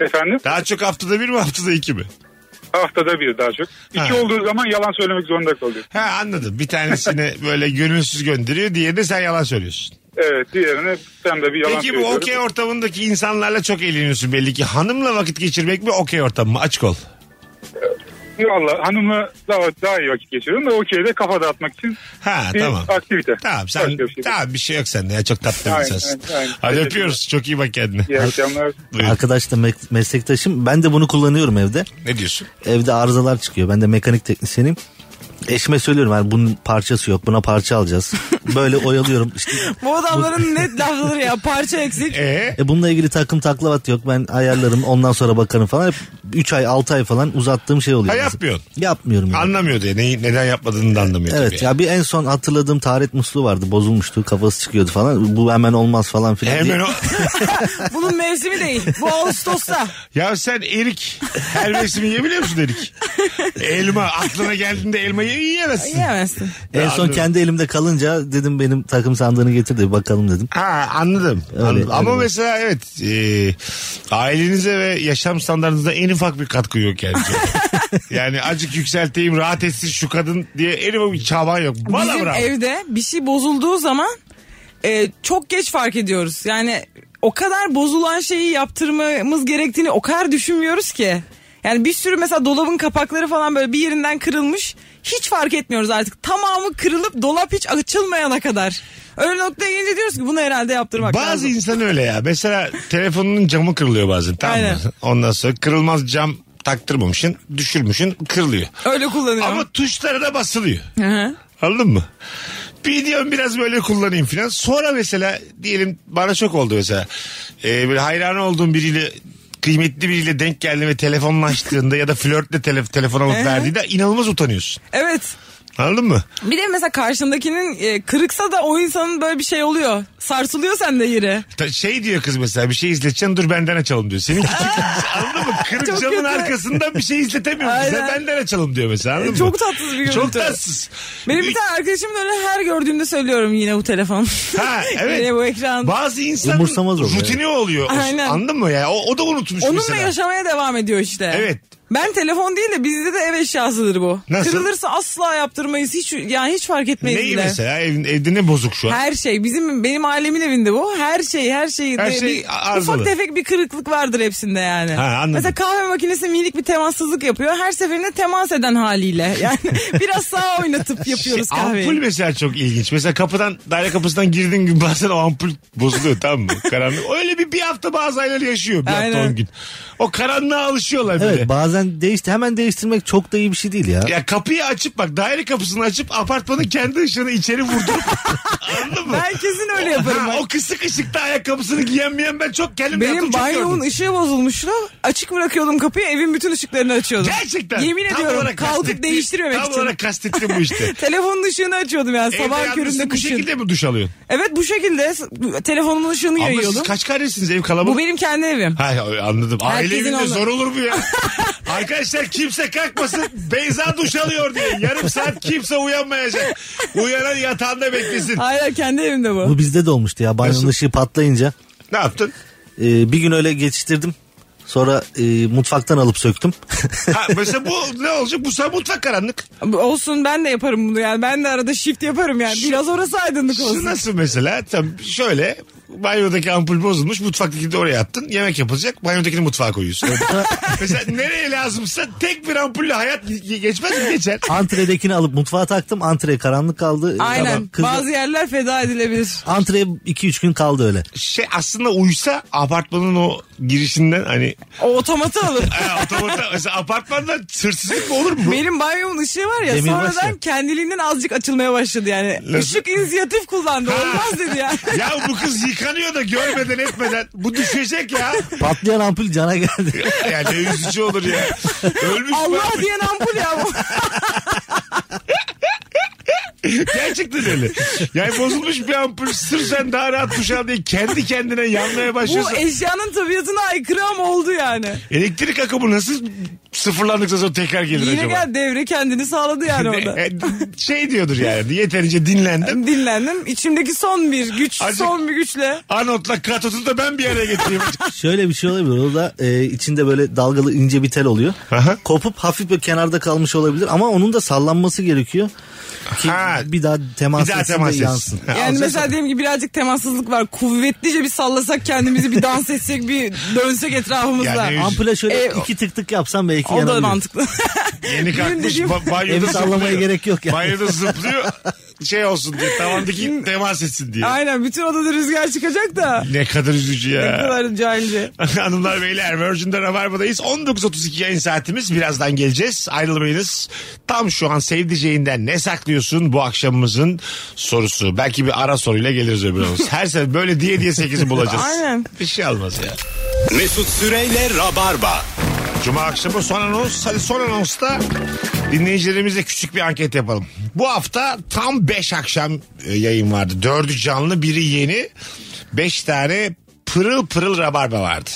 P: efendim
C: Daha çok haftada bir mi haftada iki mi?
P: haftada bir daha çok. İki
C: Ha.
P: olduğu zaman yalan söylemek zorunda kalıyor.
C: Ha anladım. Bir tanesini böyle gönülsüz gönderiyor. Diğerini de sen yalan söylüyorsun.
P: Evet diğerine ben de bir yalan
C: Peki bu
P: söylüyorum.
C: okey ortamındaki insanlarla çok eğleniyorsun belli ki. Hanımla vakit geçirmek mi okey ortamı mı? Açık ol.
P: Valla hanımla daha, daha iyi vakit geçiriyorum da okeyde kafa dağıtmak için
C: Ha
P: bir
C: tamam.
P: aktivite.
C: Tamam sen
P: Başka bir şey değil.
C: tamam bir şey yok sende ya çok tatlı bir
P: Aynen,
C: insansın.
P: aynen.
C: Hadi öpüyoruz çok iyi bak kendine.
P: İyi akşamlar.
C: Buyurun.
D: Arkadaş da me- meslektaşım. Ben de bunu kullanıyorum evde.
C: Ne diyorsun?
D: Evde arızalar çıkıyor. Ben de mekanik teknisyenim. Eşime söylüyorum yani bunun parçası yok buna parça alacağız. Böyle oyalıyorum işte.
E: Bu adamların net lafları ya parça eksik.
C: Ee?
D: E bununla ilgili takım taklavat yok ben ayarlarım ondan sonra bakarım falan. Hep 3 ay 6 ay falan uzattığım şey oluyor.
C: Ha
D: Mesela.
C: yapmıyorsun.
D: Yapmıyorum yani.
C: Anlamıyor diye neyi, neden yapmadığını da anlamıyor
D: Evet
C: tabii.
D: ya bir en son hatırladığım taharet musluğu vardı bozulmuştu kafası çıkıyordu falan bu hemen olmaz falan filan
C: Hemen
D: diye.
C: o...
E: Bunun mevsimi değil. Bu Ağustos'ta.
C: Ya sen erik her mevsimi yiyebiliyor musun erik? Elma aklına geldiğinde elmayı yiyemezsin.
E: Yiyemezsin.
D: En son
C: Anladım.
D: kendi elimde kalınca dedim benim takım sandığını getir de bir bakalım dedim.
C: Ha anladım.
D: Öyle,
C: Anladım.
D: öyle
C: Ama
D: bak.
C: mesela evet e, ailenize ve yaşam standartınıza en ufak bir katkı yok yani. yani acık yükselteyim rahat etsin şu kadın diye en ufak bir çaban yok. Valla
E: Bizim
C: bravo.
E: evde bir şey bozulduğu zaman e, çok geç fark ediyoruz. Yani o kadar bozulan şeyi yaptırmamız gerektiğini o kadar düşünmüyoruz ki. Yani bir sürü mesela dolabın kapakları falan böyle bir yerinden kırılmış. Hiç fark etmiyoruz artık. Tamamı kırılıp dolap hiç açılmayana kadar. Öyle noktaya gelince diyoruz ki bunu herhalde yaptırmak
C: Bazı
E: lazım.
C: insan öyle ya. Mesela telefonunun camı kırılıyor bazen tamam mı?
E: Aynen.
C: Ondan sonra kırılmaz cam taktırmamışsın, düşürmüşsün, kırılıyor.
E: Öyle kullanıyor.
C: Ama tuşlara da basılıyor. Anladın mı? Bir diyorum biraz böyle kullanayım falan. Sonra mesela diyelim bana çok oldu mesela. Ee, böyle hayran olduğum biriyle kıymetli biriyle denk geldi ve telefonla açtığında ya da flörtle tele, telefon alıp
E: Ee?
C: verdiğinde inanılmaz utanıyorsun.
E: Evet.
C: Anladın mı?
E: Bir de mesela karşındakinin e, kırıksa da o insanın böyle bir şey oluyor. Sarsılıyor sende yeri.
C: Ta- Şey diyor kız mesela bir şey izleteceksin dur benden açalım diyor. Senin küçük anladın mı? Kırık
E: Çok
C: camın
E: kötü.
C: arkasından bir şey izletemiyorsun. bize,
E: Aynen.
C: benden açalım diyor mesela anladın mı?
E: E, Çok tatsız bir görüntü.
C: Çok tatsız.
E: Benim bir tane arkadaşım da öyle her gördüğümde söylüyorum yine bu telefon.
C: Ha evet.
E: yine bu ekran.
C: Bazı insan
D: Umursamaz oluyor.
C: rutini oluyor.
E: Aynen.
C: Anladın mı ya? O, o da unutmuş
E: Onunla
C: mesela.
E: yaşamaya devam ediyor işte.
C: Evet.
E: Ben telefon değil de bizde de ev eşyasıdır bu.
C: Nasıl?
E: Kırılırsa asla yaptırmayız. Hiç yani hiç fark etmeyiz
C: Neyi
E: bile.
C: mesela? Ev, evde ne bozuk şu an?
E: Her şey bizim benim ailemin evinde bu. Her şey her şey,
C: Her
E: de
C: şey
E: bir,
C: arızalı.
E: ufak tefek bir kırıklık vardır hepsinde yani.
C: Ha, anladım.
E: Mesela kahve makinesi minik bir temassızlık yapıyor. Her seferinde temas eden haliyle. Yani biraz sağa oynatıp yapıyoruz
C: Şey,
E: kahveyi.
C: Ampul mesela çok ilginç. Mesela kapıdan daire kapısından girdiğin gün bazen o ampul bozuluyor tamam mı? Karanlık. Öyle bir bir hafta bazı aileler yaşıyor. Bir hafta
D: Aynen.
C: on gün. O karanlığa alışıyorlar bile.
D: Evet bazen değişti hemen değiştirmek çok da iyi bir şey değil ya.
C: Ya kapıyı açıp bak daire kapısını açıp apartmanın kendi ışığını içeri vurdurup anladın mı?
E: Ben kesin öyle yaparım
C: Ha,
E: bak.
C: o kısık ışıkta ayakkabısını giyemeyen ben çok kendim
E: Benim
C: yaptım, çok
E: banyomun
C: gördüm.
E: ışığı bozulmuştu. Açık bırakıyordum kapıyı evin bütün ışıklarını açıyordum.
C: Gerçekten.
E: Yemin
C: Tam
E: ediyorum
C: olarak
E: kalkıp
C: kastettiğim-
E: değiştirmemek
C: tam
E: için.
C: olarak kastettiğim bu işte.
E: Telefonun ışığını açıyordum yani
C: Evde
E: sabah
C: yalnızsın,
E: köründe
C: bu
E: kışın.
C: şekilde mi duş alıyorsun?
E: Evet bu şekilde s- telefonumun ışığını
C: Ama
E: yayıyordum.
C: siz kaç kardeşsiniz ev kalabalık?
E: Bu benim kendi evim.
C: Hay, hay, anladım. Aile
E: Herkesin
C: evinde
E: anladı.
C: zor olur mu ya? Arkadaşlar kimse kalkmasın. Beyza duş alıyor diye. Yarım saat kimse uyanmayacak. Uyanan yatağında beklesin.
E: Hayır kendi evimde bu.
D: Bu bizde de olmuştu ya banyonun ışığı patlayınca.
C: Ne yaptın?
D: Ee, bir gün öyle geçiştirdim. Sonra e, mutfaktan alıp söktüm.
C: Ha, mesela bu ne olacak? Bu sefer mutfak karanlık.
E: Olsun ben de yaparım bunu yani. Ben de arada shift yaparım yani. Biraz orası aydınlık
C: Şu
E: olsun.
C: nasıl mesela? Tam şöyle banyodaki ampul bozulmuş mutfaktaki de oraya attın yemek yapılacak banyodakini mutfağa koyuyorsun. mesela nereye lazımsa tek bir ampulle hayat ge- geçmez mi geçer?
D: Antredekini alıp mutfağa taktım. Antre karanlık kaldı. Ee,
E: Aynen.
D: tamam, kız-
E: Bazı yerler feda edilebilir.
D: Antre 2-3 gün kaldı öyle.
C: Şey aslında uysa apartmanın o girişinden hani
E: O otomatı alır.
C: Ha, otomatik- mesela apartmanda hırsızlık mı olur mu?
E: Benim banyomun ışığı var ya
C: Demir
E: sonradan
C: başlıyor.
E: kendiliğinden azıcık açılmaya başladı yani.
C: Nasıl?
E: Işık inisiyatif kullandı. Olmaz dedi yani.
C: Ya bu kız yıkanıyor da görmeden etmeden bu düşecek ya.
D: Patlayan ampul cana geldi.
C: Ya ne üzücü olur ya. Ölmüş
E: Allah
C: bu.
E: diyen ampul ya bu.
C: Gerçekten öyle. Yani bozulmuş bir ampul sırf sen daha rahat duş al diye kendi kendine yanmaya
E: bu
C: başlıyorsun.
E: eşyanın tabiatına aykırı ama oldu yani.
C: Elektrik akımı nasıl sıfırlandıktan sonra tekrar gelir
E: Yine
C: acaba?
E: gel devre kendini sağladı yani orada.
C: E, şey diyordur yani yeterince dinlendim.
E: Dinlendim. İçimdeki son bir güç,
C: Azıcık-
E: son bir güçle.
C: Anotla katotu da ben bir araya getireyim.
D: Şöyle bir şey olabilir. O da e, içinde böyle dalgalı ince bir tel oluyor. Kopup hafif bir kenarda kalmış olabilir ama onun da sallanması gerekiyor. Ki bir daha temas
C: Bir daha
D: etsin
C: temas
D: de
C: etsin.
D: yansın.
C: Ha,
E: Yani mesela diyelim ki birazcık temassızlık var. Kuvvetlice bir sallasak kendimizi bir dans etsek bir dönsek etrafımızda.
C: Yani-
D: Ampule şöyle
E: E,
D: iki tık tık yapsam belki
E: o da
D: yanabilir.
E: mantıklı.
C: Yeni kalkmış
E: dediğim-
C: ba- banyoda
D: Evi sallamaya
C: zıplıyor.
D: gerek yok yani.
C: Banyoda zıplıyor şey olsun diye tavandaki temas etsin diye.
E: Aynen bütün odada rüzgar çıkacak da.
C: Ne kadar üzücü
E: Ne
C: ya.
E: kadar cahilce.
C: Hanımlar beyler Virgin'de Rabarba'dayız. 19.32 yayın saatimiz. Birazdan geleceğiz. Ayrılmayınız. Tam şu an sevdiceğinden ne saklıyorsun bu akşamımızın sorusu. Belki bir ara soruyla geliriz öbür anons. Her sefer böyle diye diye 8'i bulacağız.
J: Aynen.
C: Bir şey almaz ya.
J: Mesut Süreyle Rabarba.
C: Cuma akşamı son anons. Hadi son anonsta dinleyicilerimize küçük bir anket yapalım. Bu hafta tam 5 akşam e, yayın vardı. 4'ü canlı, biri yeni. 5 tane pırıl pırıl rabarba vardı.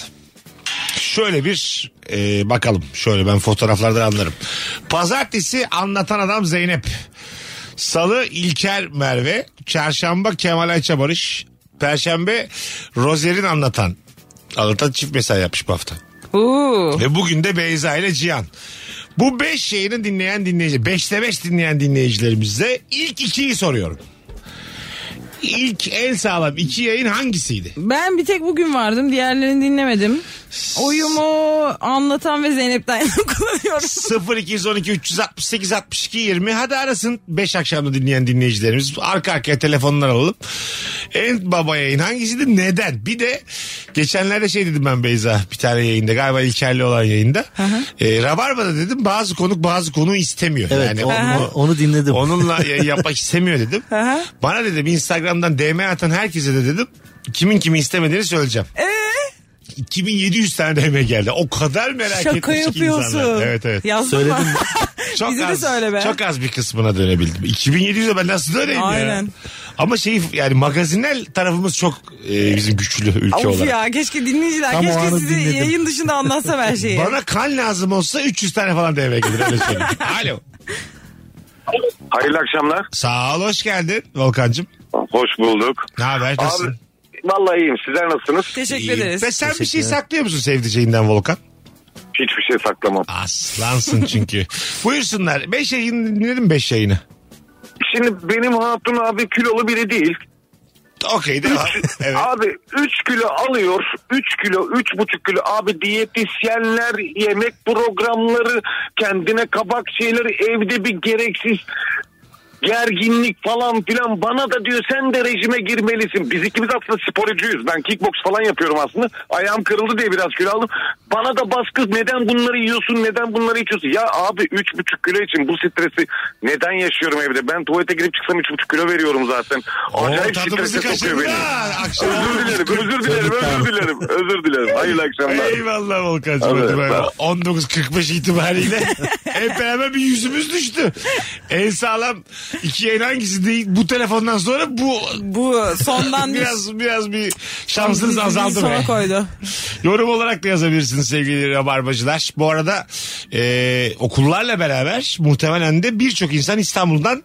C: Şöyle bir e, bakalım. Şöyle ben fotoğraflardan anlarım. Pazartesi anlatan adam Zeynep. Salı İlker Merve. Çarşamba Kemal Ayça Barış. Perşembe Rozer'in anlatan. Anlatan çift mesai yapmış bu hafta. Ve bugün de Beyza ile Cihan. Bu 5 yayını dinleyen dinleyici, 5'te 5 dinleyen dinleyicilerimize ilk ikiyi soruyorum. İlk en sağlam iki yayın hangisiydi?
E: Ben bir tek bugün vardım. Diğerlerini dinlemedim. Oyumu anlatan ve Zeynep'ten yana kullanıyorum.
C: 0212 368 62 20 hadi arasın 5 akşamda dinleyen dinleyicilerimiz arka arkaya telefonlar alalım en baba yayın hangisi de neden bir de geçenlerde şey dedim ben Beyza bir tane yayında galiba İlker'li olan yayında e, Rabarba'da dedim bazı konuk bazı konuğu istemiyor
D: Evet,
C: yani
D: o- onu dinledim.
C: onunla yayın yapmak istemiyor dedim bana dedim Instagram'dan DM atan herkese de dedim kimin kimi istemediğini söyleyeceğim 2700 tane DM geldi. O kadar merak
E: Şaka
C: etmiş ki
E: yapıyorsun.
C: insanlar. Evet evet.
E: Yazdın Söyledim mı? mi?
C: çok
E: Bize de
C: az,
E: söyle be.
C: Çok az bir kısmına dönebildim. 2700'e ben nasıl döneyim ya?
E: Aynen.
C: Ama şey yani magazinel tarafımız çok e, bizim güçlü ülke
E: Of
C: olarak.
E: ya keşke dinleyiciler
C: Tam o
E: keşke
C: anı
E: sizi
C: dinledim.
E: yayın dışında anlatsam her şeyi.
C: Bana kan lazım olsa 300 tane falan DM gelir öyle söyleyeyim. Alo.
Q: Hayırlı akşamlar.
C: Sağ ol hoş geldin Volkan'cığım.
Q: Hoş bulduk.
C: Ne haber nasılsın?
Q: Vallahi iyiyim. Sizler nasılsınız?
C: İyiyim. Ve sen bir şey saklıyor musun sevdiceğinden Volkan?
Q: Hiçbir şey saklamam.
C: Aslansın çünkü. Buyursunlar. 5 yayını dinledim 5 yayını.
Q: Şimdi benim hatun abi kilolu biri değil.
C: Okey devam. Evet.
Q: Abi 3 kilo alıyor. 3 kilo, 3,5 kilo. Abi diyetisyenler, yemek programları, kendine kabak şeyleri, evde bir gereksiz gerginlik falan filan bana da diyor sen de rejime girmelisin. Biz ikimiz aslında sporcuyuz. Ben kickbox falan yapıyorum aslında. Ayağım kırıldı diye biraz kilo aldım. Bana da baskı neden bunları yiyorsun neden bunları içiyorsun. Ya abi 3,5 kilo için bu stresi neden yaşıyorum evde? Ben tuvalete girip çıksam 3,5 kilo veriyorum zaten. Acayip
C: tadımızı
Q: strese sokuyor
C: kaçırdın
Q: beni.
C: ha. Akşam
Q: Özür dilerim, özür dilerim, özür dilerim, özür dilerim. Hayırlı akşamlar.
C: Eyvallah Volkan'cığım.
Q: Evet,
C: hadi bay bay.
Q: tamam.
C: 19.45 itibariyle hep beraber bir yüzümüz düştü. En sağlam iki yayın hangisi değil? Bu telefondan sonra bu...
E: Bu sondan
C: biraz biraz bir şansınız azaldı
E: Sona
C: be.
E: koydu.
C: Yorum olarak da yazabilirsiniz sevgili rabarbacılar. Bu arada e, okullarla beraber muhtemelen de birçok insan İstanbul'dan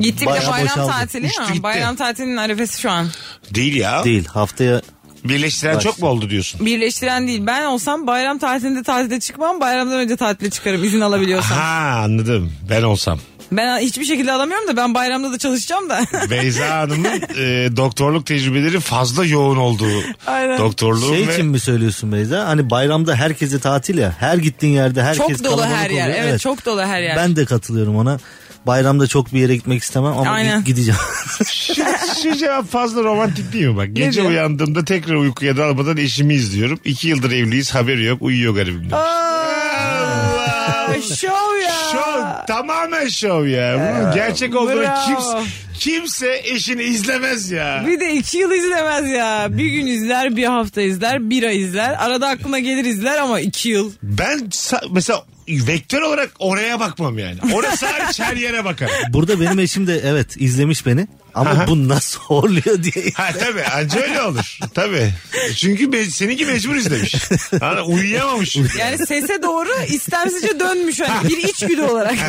E: Gittik
C: Bayağı
E: de bayram
C: boşaldı.
E: tatili
C: Uçtu
E: ya.
C: gitti.
E: Bayram tatilinin arifesi şu an.
C: değil ya.
D: Değil haftaya.
C: Birleştiren çok mu oldu diyorsun?
E: Birleştiren değil. Ben olsam bayram tatilinde tatilde çıkmam. Bayramdan önce tatile çıkarım izin alabiliyorsam.
C: Ha anladım. Ben olsam.
E: Ben hiçbir şekilde alamıyorum da ben bayramda da çalışacağım da.
C: Beyza Hanım'ın e, doktorluk tecrübeleri fazla yoğun olduğu
E: Aynen.
C: doktorluğu
D: Şey
C: ve
D: için mi söylüyorsun Beyza? Hani bayramda herkese tatil ya. Her gittiğin yerde herkes
E: çok dolu
D: kalabalık
E: her yer.
D: oluyor.
E: Evet, çok dolu her yer.
D: Ben de katılıyorum ona. Bayramda çok bir yere gitmek istemem ama
E: Aynen.
D: git- gideceğim.
C: şu, şu cevap fazla romantik değil mi bak? Gece
E: diyor?
C: uyandığımda tekrar uykuya dalmadan eşimi izliyorum. İki yıldır evliyiz haberi yok uyuyor garibim. diyor.
E: Aa, Şov ya.
C: Şov tamamen şov ya. Bunun gerçek olduğunu
E: bravo.
C: kimse, kimse eşini izlemez ya.
E: Bir de iki yıl izlemez ya. Bir gün izler, bir hafta izler, bir ay izler. Arada aklına gelir izler ama iki yıl.
C: Ben sa- mesela vektör olarak oraya bakmam yani. Orası hariç her yere bakarım.
D: Burada benim eşim de evet izlemiş beni. Ama
C: Aha.
D: bu nasıl horluyor diye.
C: Ha tabii anca öyle olur. Tabii. Çünkü be, seninki mecbur izlemiş. Anladın, uyuyamamış. çünkü.
E: Yani sese doğru istemsizce dönmüş hani bir içgüdü olarak.
C: Ha,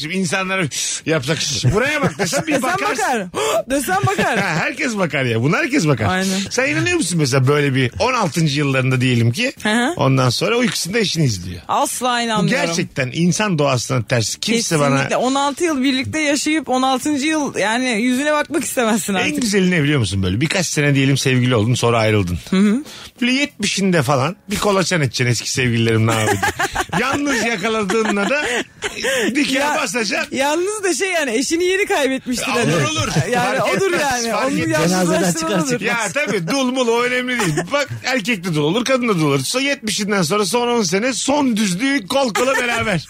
C: Şimdi insanlara yapacak iş. Buraya bak desem bir
E: Desen
C: bakarsın.
E: bakar. Desen bakar.
C: Ha, herkes bakar ya. Buna herkes bakar. Sen inanıyor musun mesela böyle bir 16. yıllarında diyelim ki ondan sonra uykusunda eşini izliyor.
E: Asla
C: Bu
E: inanmıyorum.
C: gerçekten insan doğasına ters. Kimse bana
E: Kesinlikle 16 yıl birlikte yaşayıp 16. yıl yani yüzüne bakmak istemezsin
C: En
E: artık.
C: güzeli ne biliyor musun böyle? Birkaç sene diyelim sevgili oldun sonra ayrıldın. Böyle 70'inde falan bir kolaçan edeceksin eski sevgililerim ne yapıyor diye. Yalnız yakaladığında da dikeye basacaksın.
E: Yalnız da şey yani eşini yeni kaybetmiştir.
C: Olur
E: hani.
C: olur.
E: Yani
C: Fark
E: odur
C: etmez,
E: yani.
C: fark
E: Onun
C: etmez.
E: yalnızlaştıran olur.
C: Ya tabii dul mul o önemli değil. Bak erkek de dul olur kadın da dul olur. Sonra 70'inden sonra son 10 sene son düzlüğü kol kola beraber.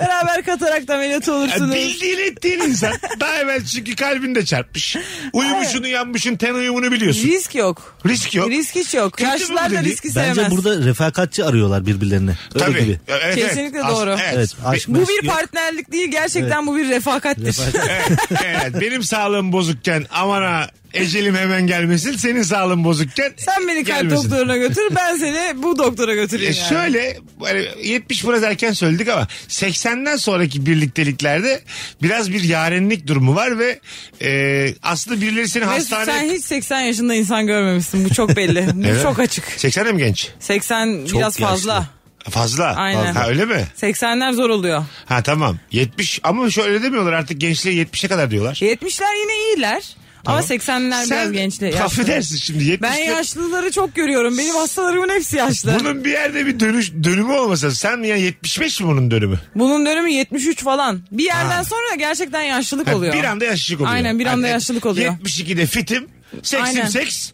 E: Beraber katarakta ameliyat
C: Ya
E: olursunuz.
C: Bildiğin ettiğin insan. Daha evvel çünkü kalbin de çarpmış. Uyumuşun uyanmışın ten uyumunu biliyorsun.
E: Risk yok.
C: Risk yok.
E: Risk hiç yok.
C: Kötü
E: Yaşlılar
C: mü
E: da
C: dedi?
E: riski
D: Bence
E: sevmez.
D: burada refakatçi arıyorlar birbirlerini. Öyle
C: Tabii.
D: gibi.
C: Evet, evet.
E: Kesinlikle
C: As-
E: doğru.
C: evet.
D: Evet, aşk
E: Bu
D: meşk
E: bir
D: yok.
E: partnerlik değil gerçekten bu bir refakattir.
C: evet, evet. benim sağlığım bozukken aman ha ecelim hemen gelmesin. Senin sağlığın bozukken
E: Sen beni kalp
C: gelmesin.
E: doktoruna götür ben seni bu doktora
C: E
E: götüreyim yani.
C: şöyle hani 70 biraz erken söyledik ama 80'den sonraki birlikteliklerde biraz bir yarenlik durumu var ve e, aslında birileri seni
E: Mesut,
C: hastaneye...
E: sen hiç 80 yaşında insan görmemişsin bu çok belli. Bu
C: Evet.
E: çok açık.
C: 80'e mi genç?
E: 80 biraz fazla.
C: Fazla.
E: Aynen.
C: Ha, öyle mi?
E: 80'ler zor oluyor.
C: Ha tamam. 70 ama şöyle demiyorlar artık gençliğe 70'e kadar diyorlar.
E: 70'ler yine iyiler. Ama 80'ler
C: Sen
E: biraz gençli.
C: affedersin şimdi, 70'ler
E: Ben yaşlıları çok görüyorum. Benim hastalarımın hepsi yaşlı.
C: Bunun bir yerde bir dönüş dönümü olmasa sen ya 75 mi bunun dönümü?
E: Bunun dönemi 73 falan. Bir yerden sonra gerçekten yaşlılık
C: Ha,
E: oluyor.
C: Bir anda yaşlılık oluyor.
E: Aynen bir anda
C: Hani
E: yaşlılık oluyor.
C: 72'de fitim. Seksim
E: Aynen.
C: seks.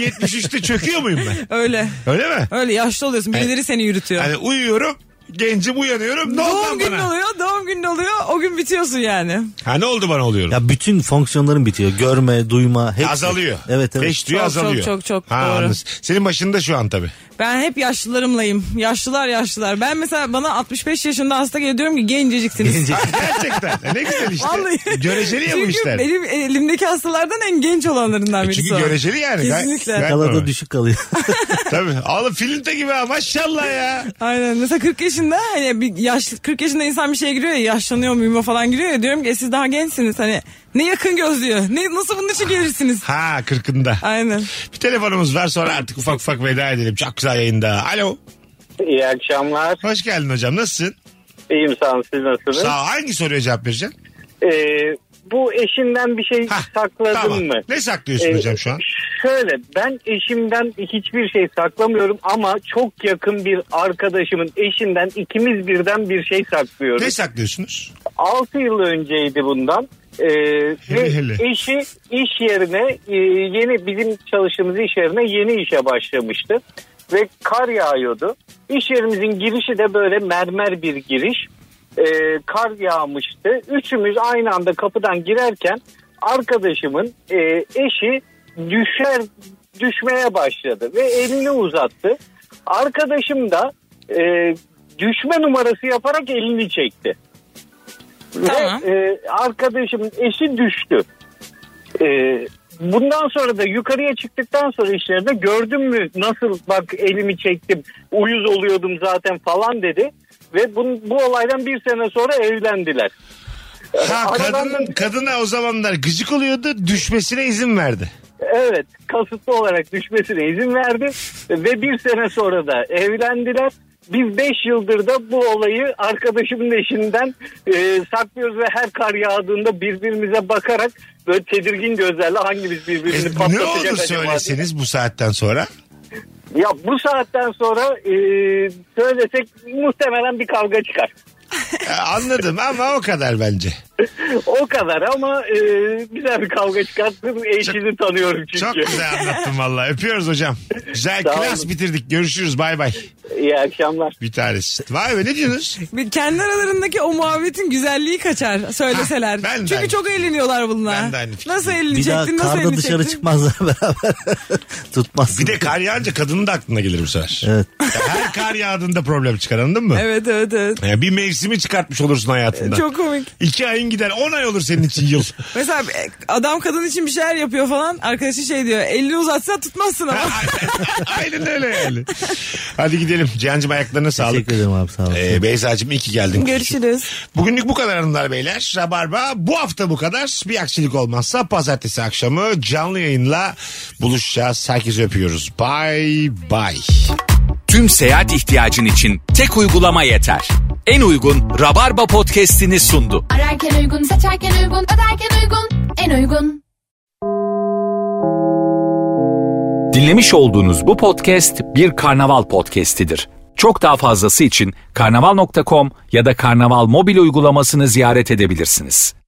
C: yet- 73'te çöküyor muyum ben?
E: Öyle.
C: Öyle mi?
E: Öyle yaşlı oluyorsun. Birileri
C: Evet.
E: seni yürütüyor.
C: Hani uyuyorum. Gencim uyanıyorum. Ne oldu
E: doğum
C: lan
E: günün
C: bana?
E: oluyor, doğum günün oluyor. O gün bitiyorsun yani.
C: Ha ne oldu bana oluyorum?
D: Ya bütün fonksiyonların bitiyor. Görme, duyma hepsi.
C: Azalıyor.
D: Evet evet.
C: Beş diyor
E: Çok, çok,
C: azalıyor.
E: çok, çok,
C: ha,
E: doğru.
C: anladım. Senin başında şu an tabii.
E: Ben hep yaşlılarımlayım. Yaşlılar yaşlılar. Ben mesela bana 65 yaşında hasta geliyor diyorum ki genceciksiniz.
C: Gerçekten. E, ne güzel işte.
E: Vallahi.
C: Göreceli
E: Çünkü
C: yapmışlar.
E: benim e, elimdeki hastalardan en genç olanlarından birisi
C: E, Çünkü
E: o.
C: göreceli yani. Gay-
E: Kesinlikle.
C: gayet normal.
D: Skalada düşük kalıyor.
C: Tabii. Oğlum filmde gibi ha maşallah ya.
E: Aynen mesela 40 yaşında hani bir yaş 40 yaşında insan bir şeye giriyor ya yaşlanıyor muyum falan giriyor ya diyorum ki "E, siz daha gençsiniz hani ne yakın gözlüyor ne nasıl bunun için gelirsiniz.
C: Ha kırkında.
E: Aynen.
C: Bir telefonumuz var sonra artık ufak ufak veda edelim. Çok güzel yayında. Alo.
R: İyi akşamlar.
C: Hoş geldin hocam. Nasılsın?
R: İyiyim sağ olun siz nasılsınız?
C: Sağ ol. Hangi soruya cevap vereceksin?
R: Ee, bu eşinden bir şey sakladın
C: tamam.
R: mı? Ee,
C: Ne saklıyorsun
O: e,
C: hocam şu an?
R: Şöyle ben eşimden hiçbir şey saklamıyorum ama çok yakın bir arkadaşımın eşinden ikimiz birden bir şey saklıyoruz.
C: Ne saklıyorsunuz?
R: 6 yıl önceydi bundan. Ee,
C: Hele
R: ve
C: hele.
R: eşi iş yerine e, yeni bizim çalıştığımız iş yerine yeni işe başlamıştı ve kar yağıyordu. İş yerimizin girişi de böyle mermer bir giriş. Ee, kar yağmıştı. Üçümüz aynı anda kapıdan girerken arkadaşımın e, eşi düşer düşmeye başladı ve elini uzattı. Arkadaşım da e, düşme numarası yaparak elini çekti. Ve e, arkadaşımın eşi düştü. E, bundan sonra da yukarıya çıktıktan sonra işlerinde gördün mü nasıl bak elimi çektim uyuz oluyordum zaten falan dedi. Ve bu, bu olaydan bir sene sonra evlendiler.
C: Ha,
R: Aradan da-
C: kadın, kadına o zamanlar gıcık oluyordu. Düşmesine izin verdi.
R: Evet kasıtlı olarak düşmesine izin verdi ve bir sene sonra da evlendiler. Biz 5 yıldır da bu olayı arkadaşımın eşinden e, saklıyoruz ve her kar yağdığında birbirimize bakarak böyle tedirgin gözlerle hangimiz birbirini
C: E, ne
R: patlatacak
C: olur
R: acaba diye.
C: söyleseniz bu saatten sonra?
R: Ya bu saatten sonra e, söylesek muhtemelen bir kavga çıkar.
C: E, Anladım ama o kadar bence.
R: o kadar ama e, güzel bir kavga çıkarttım. Eşini tanıyorum çünkü.
C: Çok güzel anlattın valla. Öpüyoruz hocam. Güzel
R: Sağ
C: klas
R: olun.
C: bitirdik. Görüşürüz. Bay bay.
R: İyi akşamlar.
C: Bir tanesi. Vay be ne diyorsunuz?
E: Bir kendi aralarındaki o muhabbetin güzelliği kaçar söyleseler.
C: Ha, ben de
E: Çünkü
C: aynı-
E: çok eğleniyorlar bununla.
C: Ben de aynı fikirdeyim.
E: Nasıl elini
D: bir daha
E: çektin nasıl
D: karda
E: elini
D: dışarı
E: çektin.
D: çıkmazlar beraber. Tutmaz.
C: Bir de kar yağınca kadının da aklına gelir bu sefer.
D: Evet.
C: Ya Her kar yağdığında problem çıkar anladın mı?
E: Evet evet evet.
C: Ya bir mevsimi çıkartmış olursun hayatında.
E: Çok komik.
C: İki ayın gider on ay olur senin için yıl.
E: Mesela e, adam kadın için bir şeyler yapıyor falan. Arkadaşı şey diyor. Elini uzatsa tutmazsın ama.
C: Aynen öyle yani. Hadi gidelim. Cihan'cığım ayaklarına sağlık.
D: Teşekkür ederim abi sağ ol.
C: Ee, Beyza'cığım iyi ki geldin.
E: Görüşürüz.
C: Bugünlük bu kadar hanımlar beyler. Rabarba bu hafta bu kadar. Bir aksilik olmazsa pazartesi akşamı canlı yayınla buluşacağız. Herkesi öpüyoruz. Bye bye.
A: Tüm seyahat ihtiyacın için tek uygulama yeter. En uygun Rabarba podcast'ini sundu.
B: Ararken uygun, seçerken uygun, öderken uygun, en uygun.
A: Dinlemiş olduğunuz bu podcast bir karnaval podcastidir. Çok daha fazlası için karnaval.com ya da karnaval mobil uygulamasını ziyaret edebilirsiniz.